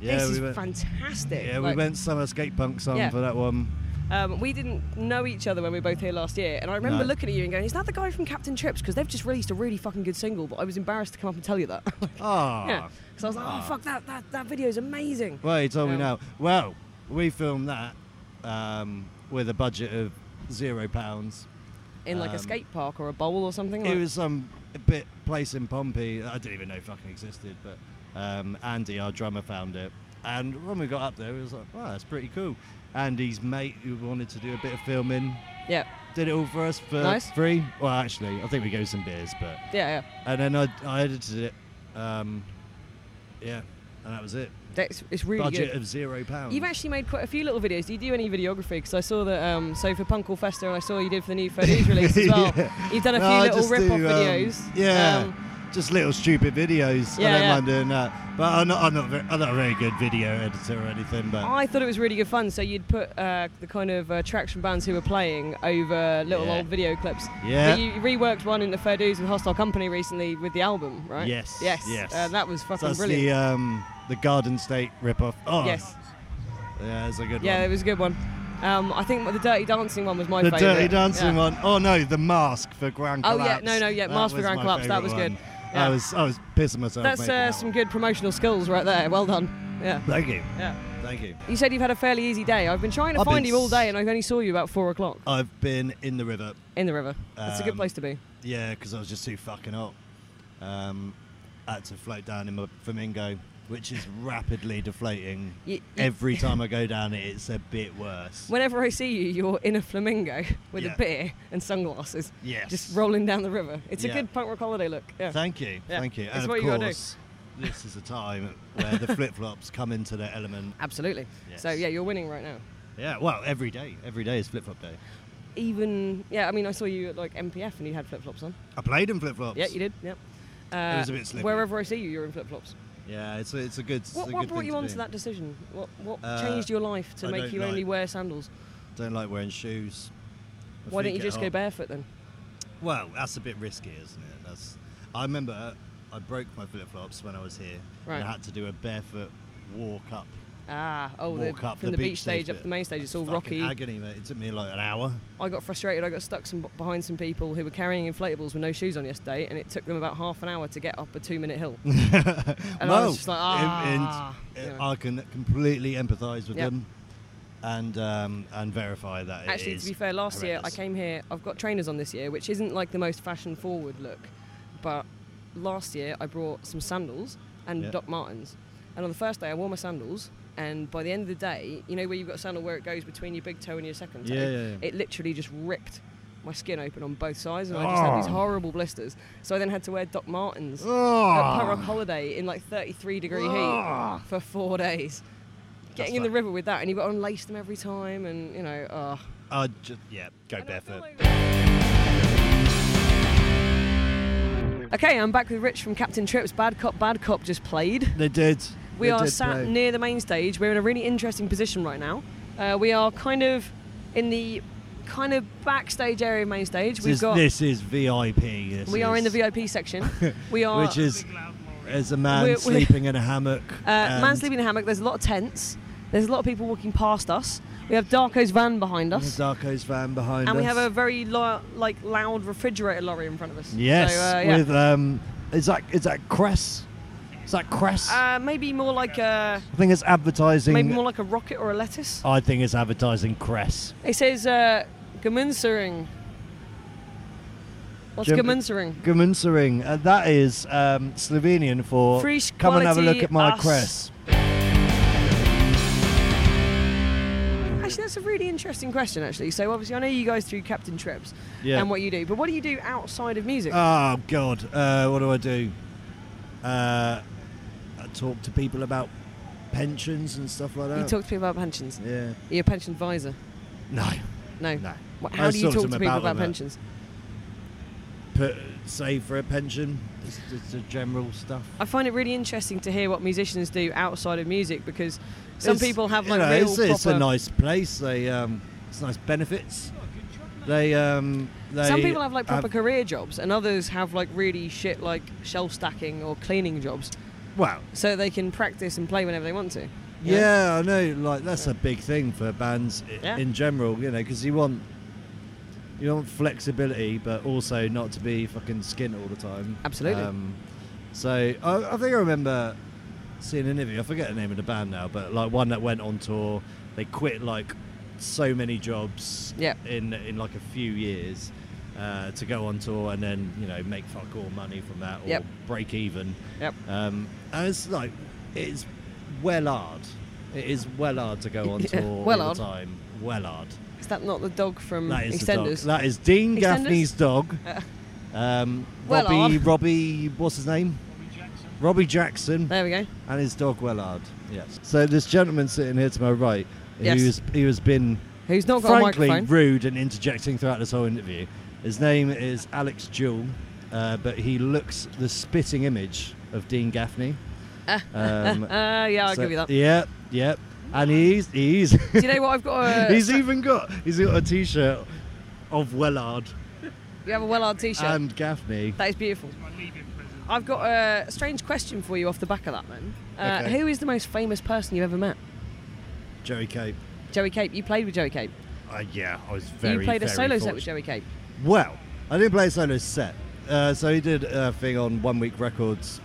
Yeah, this we is went, fantastic." Yeah, Like, we went summer skate punks on Yeah. for that one. Um, we didn't know each other when we were both here last year, and I remember No. looking at you and going, "Is that the guy from Captain Trips?" Because they've just released a really fucking good single, but I was embarrassed to come up and tell you that. Oh, yeah, because I was like, "Oh Ah. fuck, that that that video is amazing." well, you told Yeah. me now. Well, we filmed that um, with a budget of zero pounds. in like a Um, skate park or a bowl or something. It like- was some bit place in Pompey. that I didn't even know fucking existed, but um, Andy, our drummer, found it, And when we got up there, it was like, wow, that's pretty cool. Andy's mate who wanted to do a bit of filming Yeah, did it all for us for Nice. free. Well, actually, I think we gave some beers, but yeah, yeah. and then I, I edited it. Um, yeah, and that was it. That's, it's really Budget good. of zero pounds. You've actually made quite a few little videos. Do you do any videography? Because I saw that. Um, so for Punkle Festa, and I saw you did for the new Freddy's release as well. Yeah. You've done a few No, I little just do, rip-off um, videos. yeah. Um, just little stupid videos. Yeah, I don't yeah. mind doing that, but I'm not. I'm not. Very, I'm not a very good video editor or anything. But I thought it was really good fun. So you'd put uh, the kind of uh, traction bands who were playing over little Yeah. old video clips. Yeah. But you reworked one in the Fair Dues and Hostile Company recently with the album, right? Yes, Yes. yes. Uh, that was So fucking that's brilliant. the um, the Garden State ripoff. Oh, yes. Yeah, it's a good Yeah, it one. was a good one. Um, I think the Dirty Dancing one was my the favourite. Dirty Dancing Yeah. one. Oh no, the mask for Grand Oh, Collapse. yeah, no, no, yeah, That mask for was Grand my Collapse, that favourite was good. one. Yeah. I was I was pissing myself. That's making uh, that some one. good promotional skills right there. Well done. Yeah. Thank you. Yeah. Thank you. You said you've had a fairly easy day. I've been trying to I've find been you all day, s- and I only saw you about four o'clock I've been in the river. in the river. That's a good Um, place to be. Yeah, because I was just too fucking hot. Um, I had to float down in my flamingo, which is rapidly deflating. You- you- Every time I go down it, it's a bit worse. Whenever I see you, you're in a flamingo with Yeah. a beer and sunglasses, yes. just rolling down the river. It's a Yeah. good punk rock holiday look. Yeah. Thank you, Yeah, thank you. it's And of what you gotta do. course, this is a time where the flip flops come into their element. Absolutely. So Yes. yeah, you're winning right now. Yeah, well, every day, every day is flip flop day. Even yeah, I mean, I saw you at like MPF and you had flip flops on. I played in flip flops. Yeah, you did. Yep. Uh, was a bit slippery. Wherever I see you, you're in flip flops. Yeah, it's a, it's a good. it's What, a what good brought thing you to on do. to that decision? What, what Uh, changed your life to I make don't you only like- wear sandals? Don't like wearing shoes. My Why feet don't you get just go hot. barefoot then? Well, that's a bit risky, isn't it? That's. I remember I broke my flip flops when I was here. Right. And I had to do a barefoot walk up. Ah, oh, the, walk up from the, beach stage up bit. to the main stage, it's all Fucking rocky. Agony, mate. It took me like an hour. I got frustrated. I got stuck some, behind some people who were carrying inflatables with no shoes on yesterday, and it took them about half an hour to get up a two-minute hill. And I was Well, just like, and- and "Ah," you know. I can completely empathise with Yeah. them, and um, and verify that. it Actually, is to be fair, last year I horrendous. came here. I've got trainers on this year, which isn't like the most fashion-forward look, but last year I brought some sandals and Yeah. Doc Martens, and on the first day I wore my sandals. And by the end of the day, you know where you've got a sandal where it goes between your big toe and your second toe. Yeah, yeah, yeah. It literally just ripped my skin open on both sides, and I just Oh. had these horrible blisters. So I then had to wear Doc Martens Ah. at Parrock Holiday in like 33 degree heat for four days. Getting in the fun. river with that, and you've got to unlace them every time, and you know, ah. I just yeah, go I don't barefoot. feel like- Okay, I'm back with Rich from Captain Trips. Bad Cop, Bad Cop just played. They did. We They are did sat play. near the main stage. We're in a really interesting position right now. Uh, we are kind of in the kind of backstage area of main stage. This We've is, got this is VIP. This we are in the is- VIP section. we are which is as a man We're- we're- sleeping in a hammock. uh, man sleeping in a hammock. There's a lot of tents. There's a lot of people walking past us. We have Darko's van behind us. Darko's van behind and us. we have a very lo- like loud refrigerator lorry in front of us. yes So, uh, yeah. with um, is that is that Cress? Is that Cress? uh, maybe more like a I think it's advertising. maybe more like a rocket or a lettuce. I think it's advertising Cress. It says uh, Gemünsering. What's Gem- Gemünsering? Gumunsering. Uh, that is um, Slovenian for Frisch come and have a look quality at my ass." Cress. Actually, that's a really interesting question. Actually, so obviously I know you guys do Captain Trips Yeah. and what you do, but what do you do outside of music? Oh God, uh, what do I do? Uh, I talk to people about pensions and stuff like that. you talk to people about pensions. yeah. You're a pension advisor. No. No. No. Wha- I How do you talk to talk to them people about about them, uh, pensions? Put, save for a pension. It's, it's the general stuff. I find it really interesting to hear what musicians do outside of music because some It's- people have you like know, real it's, it's a proper- nice place. They um, it's nice benefits. They um, they Some people have like proper career jobs, and others have like really shit like shelf stacking or cleaning jobs, Wow. so they can practice and play whenever they want to. you know? Yeah, I know. Like that's a big thing for bands i- Yeah. in general, you know, because you want you want flexibility, but also not to be fucking skint all the time. Um, Absolutely. so I, I think I remember seeing an interview. I forget the name of the band now, but like one that went on tour, they quit like so many jobs Yeah. in in like a few years. Uh, to go on tour and then you know make fuck all money from that or Yep. break even Yep. um, and it's like it's Wellard. It is Wellard to go on Yeah. tour all Wellard. the time. Wellard. Is that not the dog from That is the dog. EastEnders? That is Dean EastEnders? Gaffney's dog. Uh. Um, Robbie, Wellard. Robbie, what's his name? Robbie Jackson There we go. and his dog Wellard. Yes. So this gentleman sitting here to my right, Yes. who's who has been Who's not got frankly a microphone? rude and interjecting throughout this whole interview. His name is Alex Jewell, uh, but he looks the spitting image of Dean Gaffney. Ah. Um, Uh, yeah, I'll so- give you that. Yeah, yeah. And he's he's Do you know what I've got? A, he's even got he's got a t-shirt of Wellard you have a Wellard t-shirt. and Gaffney. that is beautiful. I've got a strange question for you off the back of that, then. Uh, Okay. Who is the most famous person you've ever met? Jerry Cape. Joey Cape. You played with Joey Cape. Uh, yeah, I was very. you played a very solo set fortunate. with Joey Cape. Well, I didn't play a solo set. Uh, so he did a thing on One Week Records,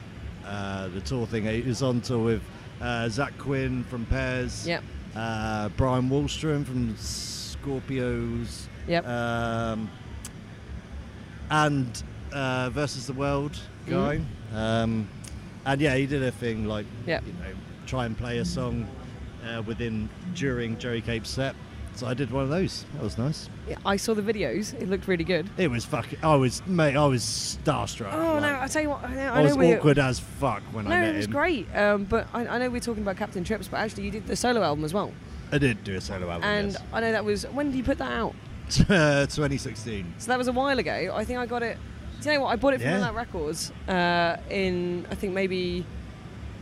uh, the tour thing. He was on tour with uh, Zach Quinn from Pears, Yep. uh, Brian Wallstrom from Scorpios, Yep. um, and uh, Versus the World Mm-hmm. guy. Um, and yeah, he did a thing like, Yep. you know, try and play a song uh, within, during Jerry Cape's set. So I did one of those. That was nice. Yeah, I saw the videos. It looked really good. It was fucking. I was mate. I was starstruck. Oh like, no! I tell you what, I, know- I I know was we- awkward as fuck when No, I met it was him. great. Um, but I, I know we're talking about Captain Trips, but actually you did the solo album as well. I did do a solo album. And Oh, yes. I know that was when did you put that out? Uh, 2016. So that was a while ago. I think I got it. Do you know what? I bought it from Yeah. All Out Records uh, in I think maybe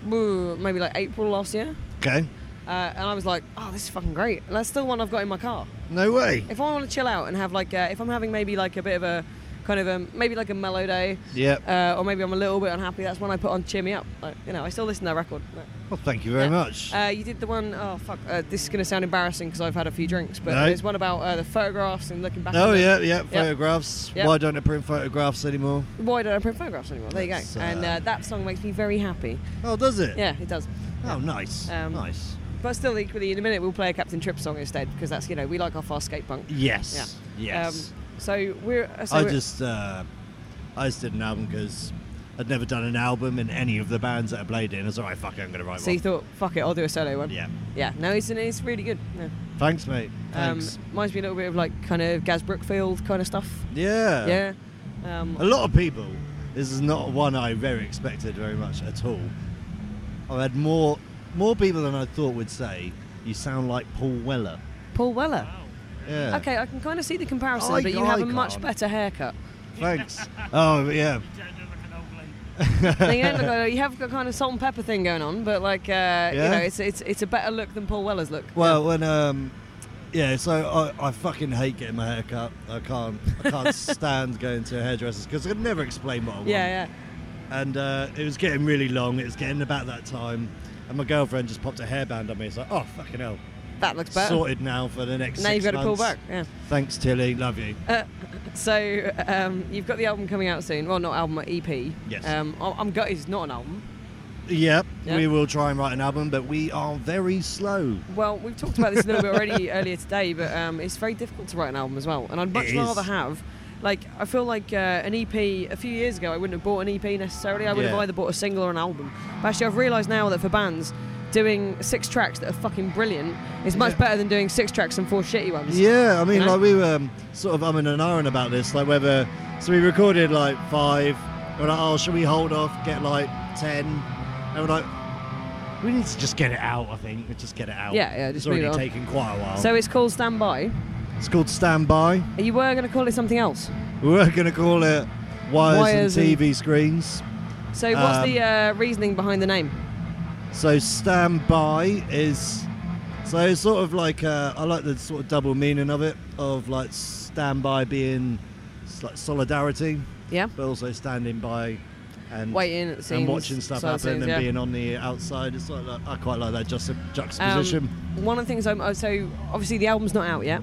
woo, maybe like April last year. Okay. Uh, and I was like, oh, this is fucking great. And that's still one I've got in my car. No way. If I want to chill out and have like, a, if I'm having maybe like a bit of a kind of a maybe like a mellow day, Yep. uh, or maybe I'm a little bit unhappy, that's when I put on Cheer Me Up. Like, you know, I still listen to that record. Like, well, thank you very yeah. much. Uh, you did the one, oh fuck, uh, this is going to sound embarrassing because I've had a few drinks, but No. there's one about uh, the photographs and looking back. oh at yeah, them. yeah. Photographs. Yep. Why don't I print photographs anymore? Why don't I print photographs anymore? There you go. That's, uh, and uh, that song makes me very happy. Oh, does it? Yeah, it does. Oh, nice. Um, nice. But still, equally, in a minute, we'll play a Captain Tripp song instead because that's, you know, we like our fast skate punk. Yes. Yes. Um, so we're. uh, So I we're- just, uh, I just did an album because I'd never done an album in any of the bands that I played in. I was like, right, fuck, it, I'm gonna write So you one. thought, fuck it, I'll do a solo one. Yeah. Yeah, no, it's, it's really good. No. Thanks, mate. Thanks. Um, reminds me a little bit of like kind of Gaz Brookfield kind of stuff. yeah. Yeah. Um, A lot of people. This is not one I very expected very much at all. I've had more more people than I thought would say you sound like Paul Weller. Paul Weller. Yeah. Okay, I can kind of see the comparison, I- but you have I a much can't. better haircut. Thanks. Oh yeah. Now, you, don't look like- you have got kind of salt and pepper thing going on, but like uh, you Yeah? know, it's, it's it's a better look than Paul Weller's look. Well, when um, yeah. So I, I fucking hate getting my hair cut. I can't. I can't stand going to a hairdresser's because I could never explain what I want. yeah, yeah. and uh, it was getting really long. It was getting about that time, and my girlfriend just popped a hairband on me. It's like, oh fucking hell, That looks better. sorted now for the next. now you six you've got to pull months. back. Uh, Yeah. Thanks, Tilly. Love you. So um, you've got the album coming out soon. Well, not album, but EP. Yes. Um, I- I'm gutted. It's not an album. Yep, Yeah. we will try and write an album, but we are very slow. Well, we've talked about this a little bit already earlier today, but um, it's very difficult to write an album as well. And I'd much is. rather have, like, I feel like uh, an EP, a few years ago, I wouldn't have bought an EP necessarily. I would have Yeah. either bought a single or an album. But actually, I've realised now that for bands, doing six tracks that are fucking brilliant is much better than doing six tracks and four shitty ones. Yeah, I mean, Yeah. like we were um, sort of umming and ahhing about this, like whether so we recorded like five. and We're like, oh, should we hold off? Get like ten, and we're like, we need to just get it out. I think we just get it out. Yeah, yeah, just it's already move on. taken quite a while. So it's called Stand By. it's called Stand By. You were going to call it something else. We were going to call it Wires, Wires and- and TV Screens. So what's Um, the uh, reasoning behind the name? So Stand By is. So it's sort of like. Uh, I like the sort of double meaning of it, of like Stand By being s- like solidarity, Yeah. but also standing by and. Waiting at the scenes. and watching stuff side happen scenes, and yeah. being on the outside, it's sort of like, I quite like that just Um, juxtaposition. one of the things I'm uh, so obviously the album's not out yet.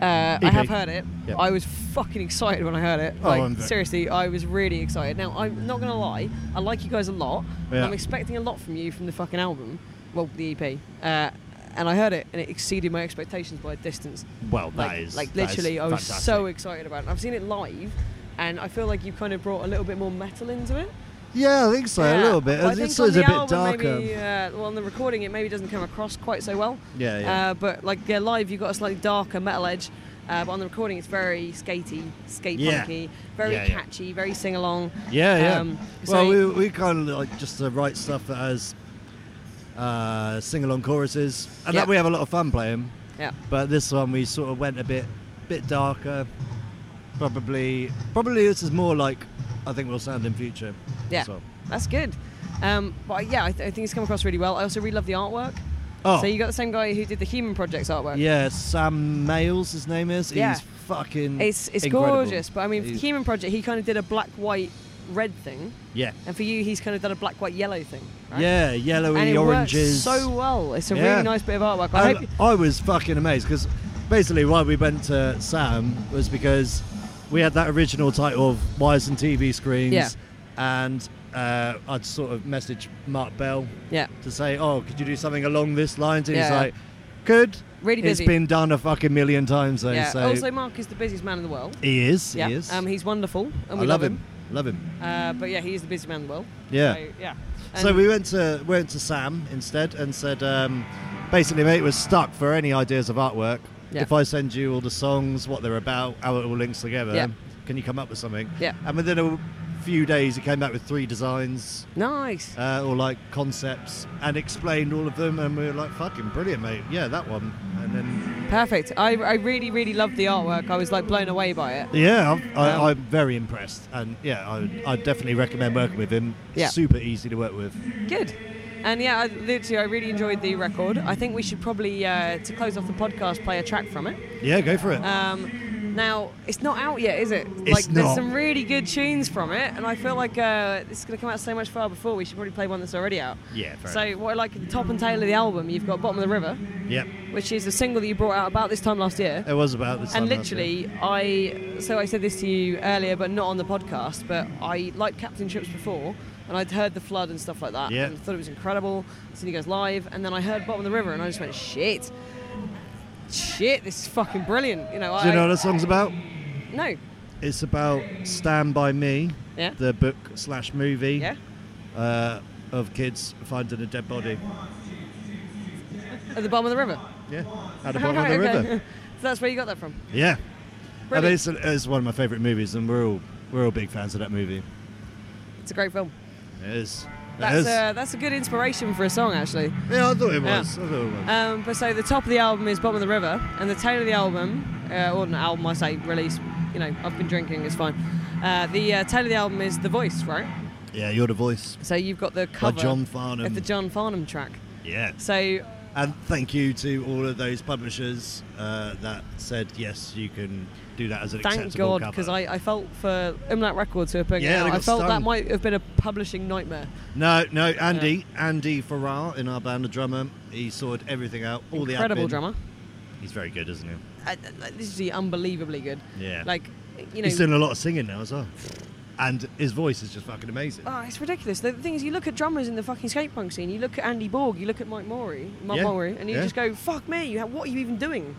Uh, I EP. have heard it. Yep. I was fucking excited when I heard it. E Oh, Like I'm very- seriously, I was really excited. Now I'm not gonna lie, I like you guys a lot. Yeah. I'm expecting a lot from you from the fucking album, well the EP. Uh, and I heard it, and it exceeded my expectations by a distance. well, that like, is like that is literally, I was fantastic. so excited about it. I've seen it live, and I feel like you've kind of brought a little bit more metal into it. Yeah, I think so. A Yeah. little bit. But I it's think it's on a the bit album, darker. Maybe, uh, well, on the recording, it maybe doesn't come across quite so well. Yeah, yeah. Uh, but like yeah, live, you've got a slightly darker metal edge. Uh, but on the recording, it's very skatey, skate Yeah. punky, very Yeah, yeah. catchy, very sing along. Yeah, yeah. Um, well, so- we, we kind of like just to write stuff that has uh, sing along choruses, and Yeah. that we have a lot of fun playing. Yeah. But this one we sort of went a bit bit darker. Probably, probably this is more like I think we'll sound in future. Yeah. So- That's good. Um, but yeah, I, th- I think it's come across really well. I also really love the artwork. Oh. So you got the same guy who did the Human Projects artwork. yeah, Sam Males, his name is. Yeah. He's fucking. It's it's incredible. gorgeous. But I mean, for the He's- Human Project, he kind of did a black, white, red thing, Yeah. and for you, he's kind of done a black, white, yellow thing. Right? Yeah, and yellowy it oranges. works so well. It's a Yeah. really nice bit of artwork. I I, hope. I was fucking amazed because basically why we went to Sam was because we had that original title of Wires and TV Screens, Yeah. and uh, I'd sort of message Mark Bell Yeah, to say, "Oh, could you do something along this line?" And he's Yeah. like, "Could." Really busy. It's been done a fucking million times though. yeah. So also, Mark is the busiest man in the world. he is. yeah. He is. Um, he's wonderful, and we I love, love him. Love him. Uh, but yeah, he is the busiest man in the world. Yeah. So, yeah. So And- we went to went to Sam instead and said, um, basically, mate, we're stuck for any ideas of artwork. Yeah. If I send you all the songs, what they're about, how it all links together, Yeah. can you come up with something? Yeah. And within a few days, he came back with three designs nice. uh, or like concepts and explained all of them, and we were like, fucking brilliant, mate. Yeah, that one. And then Perfect. I, I really, really loved the artwork. I was like blown away by it. yeah, I'm, Wow. I, I'm very impressed, and yeah, I I definitely recommend working with him. Yeah. Super easy to work with. Good. And yeah, I, literally, I really enjoyed the record. I think we should probably, uh, to close off the podcast, play a track from it. Yeah, go for it. Um, now, it's not out yet, is it? It's like, there's not. some really good tunes from it, and I feel like uh, this is going to come out so much far before. We should probably play one that's already out. yeah. Fair So, enough. what I like at the top and tail of the album, you've got Bottom of the River, Yep. which is a single that you brought out about this time last year. It was about this. And time last year. literally, I so I said this to you earlier, but not on the podcast. But I liked Captain Trips before, and I'd heard the flood and stuff like that, Yeah. and thought it was incredible. Seen you guys live, and then I heard Bottom of the River, and I just went, shit, shit, this is fucking brilliant. You know, I Do you know what that song's about? no, It's about Stand By Me, yeah, the book slash movie yeah. uh, of kids finding a dead body. At the bottom of the river. Yeah, at the bottom of the Okay. river. So that's where you got that from. Yeah. And Brilliant. it's, it's one of my favourite movies, and we're all, we're all big fans of that movie. It's a great film. It is. It That's is. a, that's a good inspiration for a song, actually. yeah, I thought it yeah. was. I thought it was. Um, but so the top of the album is Bottom of the River, and the tail of the album, uh, or an album I say release, you know, I've been drinking, it's fine. Uh, the uh, tail of the album is The Voice, right? yeah, you're the voice. So you've got the By cover John Farnham. of the John Farnham track. yeah. So And thank you to all of those publishers uh, that said, yes, you can do that as an thank acceptable God, cover. because I, I felt for Umlaut Records who are putting it Yeah, out, they I got felt that stung. might have been a publishing nightmare. No, no, Andy, Andy Farrar in our band, a drummer. He sorted everything out. All Incredible the admin. drummer. He's very good, isn't he? Uh, this is unbelievably good. Yeah. Like, you know, he's doing a lot of singing now as well, and his voice is just fucking amazing. Oh, it's ridiculous. The thing is, you look at drummers in the fucking skate punk scene. You look at Andy Borg. You look at Mike Maury, Mike Yeah, Maury, and you yeah. just go, "Fuck me! You ha- what are you even doing?"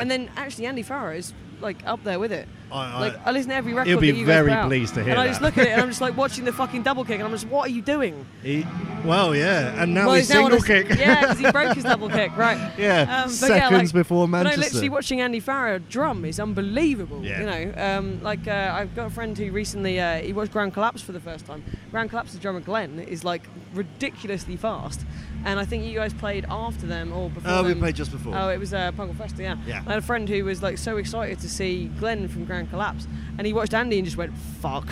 And then actually, Andy Farrow is like up there with it. I- I- like I listen to every record. He'll be that you guys very put out, pleased to hear And I that. just look at it, and I'm just like watching the fucking double kick, and I'm just, "What are you doing?" He, well, yeah, and now he's now on single a- kick. yeah, because he broke his double kick, right? Um, Yeah, but seconds before But no, Manchester. literally watching Andy Farrow drum is unbelievable. Yeah. You know, um, like uh, I've got a friend who recently uh, he watched Ground Collapse for the first time. Ground Collapse's drummer Glenn is like ridiculously fast, and I think you guys played after them or before. Oh, we them. played just before. Oh, it was uh, Punk Rock Festival, yeah. Yeah. I had a friend who was like so excited to see Glenn from Ground Collapse, and he watched Andy and just went fuck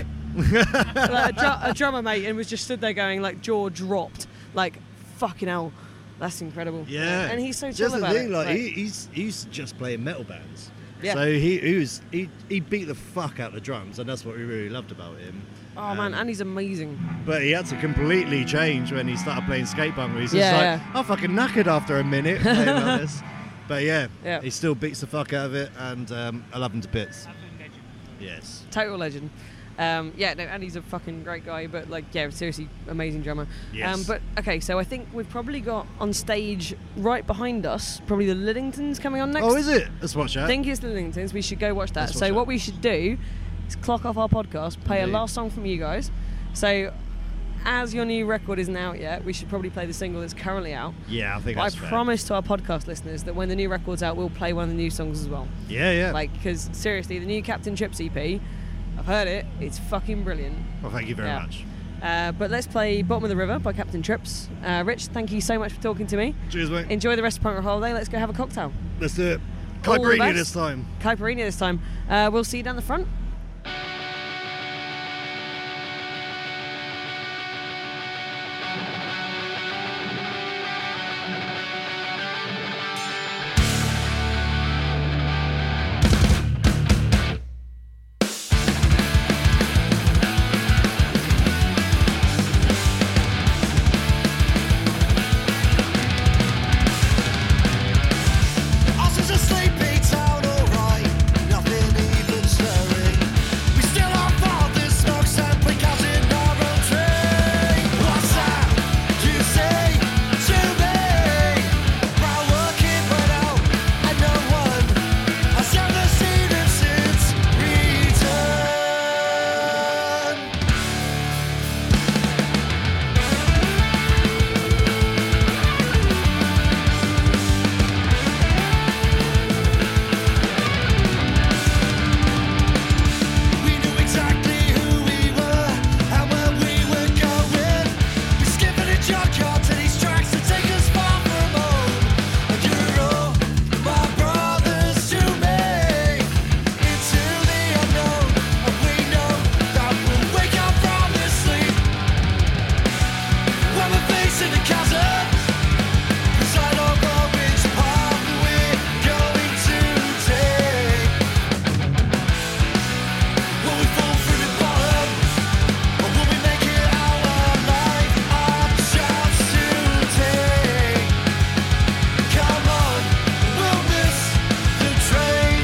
like a, dru- a drummer mate and was just stood there going like jaw dropped like fucking hell that's incredible yeah, and he's so chill just the about thing, it Like, like- he, he's he used to just play in metal bands. Yeah. So he, he was he, he beat the fuck out the drums, and that's what we really loved about him. oh man and he's amazing But he had to completely change when he started playing skate punk. He's just Yeah, like, yeah. I'm fucking knackered after a minute playing like this. But yeah, Yeah. he still beats the fuck out of it, and um, I love him to bits. Yes. total legend um, yeah no and he's a fucking great guy but like yeah seriously amazing drummer Yes. um, but okay so I think we've probably got on stage right behind us probably the Lidingtons coming on next Oh, is it? Let's watch I that. think it's the Lidingtons we should go watch that Let's watch so that. what we should do is clock off our podcast play a Indeed. last song from you guys so as your new record isn't out yet, we should probably play the single that's currently out. Yeah, I think I that's fair. promise to our podcast listeners that when the new record's out, we'll play one of the new songs as well. Yeah, yeah. Like, because seriously, the new Captain Trips EP, I've heard it, it's fucking brilliant. well, thank you very yeah. much. Uh, but let's play Bottom of the River by Captain Trips. Uh, Rich, thank you so much for talking to me. Cheers, mate. Enjoy the rest of Punk Rock Holiday. Let's go have a cocktail. Let's do it. All the Caipirinha best. this time. Caipirinha this time. Uh, we'll see you down the front. Us as a sleepy town, alright, nothing even stirring. We still our father's smoke sampling cause in our own tree. What's that you say to me? Proud working but out and no one has ever seen him since return. We knew exactly who we were and where we were going. We skipped the junkyard to these tracks to take us far from home. And you're all my brothers to me into the unknown, and we know that we'll wake up from this sleep when we're facing the chasm. 'Cause I don't know which path we're going to take. Will we fall through the bottom? Or will we make it out alive? Our chance to take. Come on, we'll miss the train.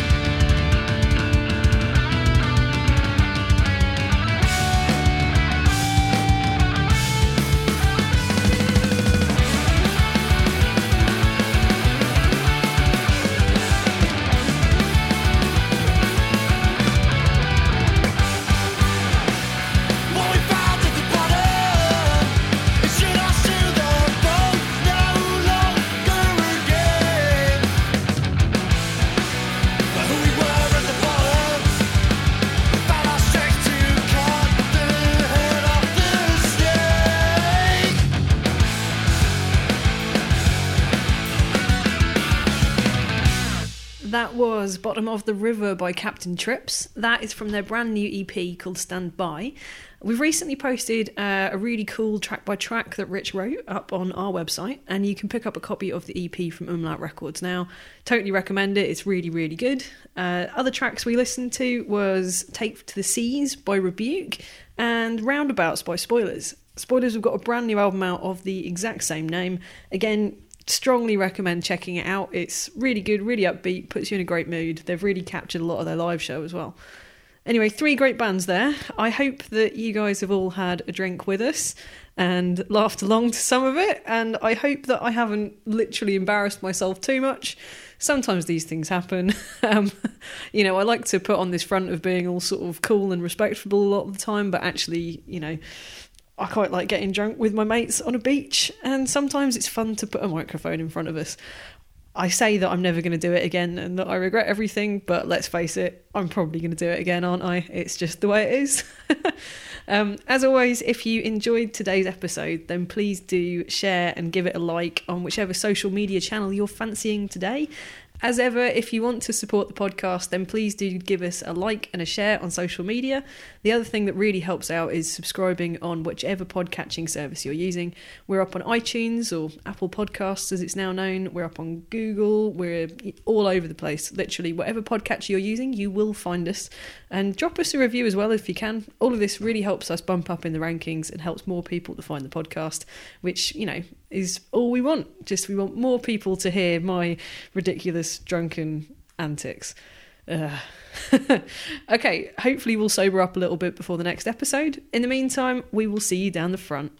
What we found at the bottom, it should us to the bone no longer again. But who we were at the bottom, we found our strength to cut the head off the snake. That was Bottom of the River by Captain Trips. That is from their brand new EP called Stand By. We've recently posted uh, a really cool track by track that Rich wrote up on our website, and you can pick up a copy of the EP from Umlaut Records now. Totally recommend it, it's really, really good. Uh, other tracks we listened to was Take to the Seas by Rebuke and Roundabouts by Spoilers. Spoilers have got a brand new album out of the exact same name. Again, strongly recommend checking it out. It's really good, really upbeat, puts you in a great mood. They've really captured a lot of their live show as well. Anyway, three great bands there. I hope that you guys have all had a drink with us and laughed along to some of it. And I hope that I haven't literally embarrassed myself too much. Sometimes these things happen. Um, you know, I like to put on this front of being all sort of cool and respectable a lot of the time, but actually, you know, I quite like getting drunk with my mates on a beach, and sometimes it's fun to put a microphone in front of us. I say that I'm never going to do it again and that I regret everything, but let's face it, I'm probably going to do it again, aren't I? It's just the way it is. um, as always, if you enjoyed today's episode, then please do share and give it a like on whichever social media channel you're fancying today. As ever, if you want to support the podcast, then please do give us a like and a share on social media. The other thing that really helps out is subscribing on whichever podcatching service you're using. We're up on iTunes or Apple Podcasts, as it's now known. We're up on Google. We're all over the place. Literally, whatever podcatcher you're using, you will find us. And drop us a review as well if you can. All of this really helps us bump up in the rankings and helps more people to find the podcast, which, you know, is all we want. Just we want more people to hear my ridiculous drunken antics. Ugh. okay, hopefully we'll sober up a little bit before the next episode. In the meantime, we will see you down the front.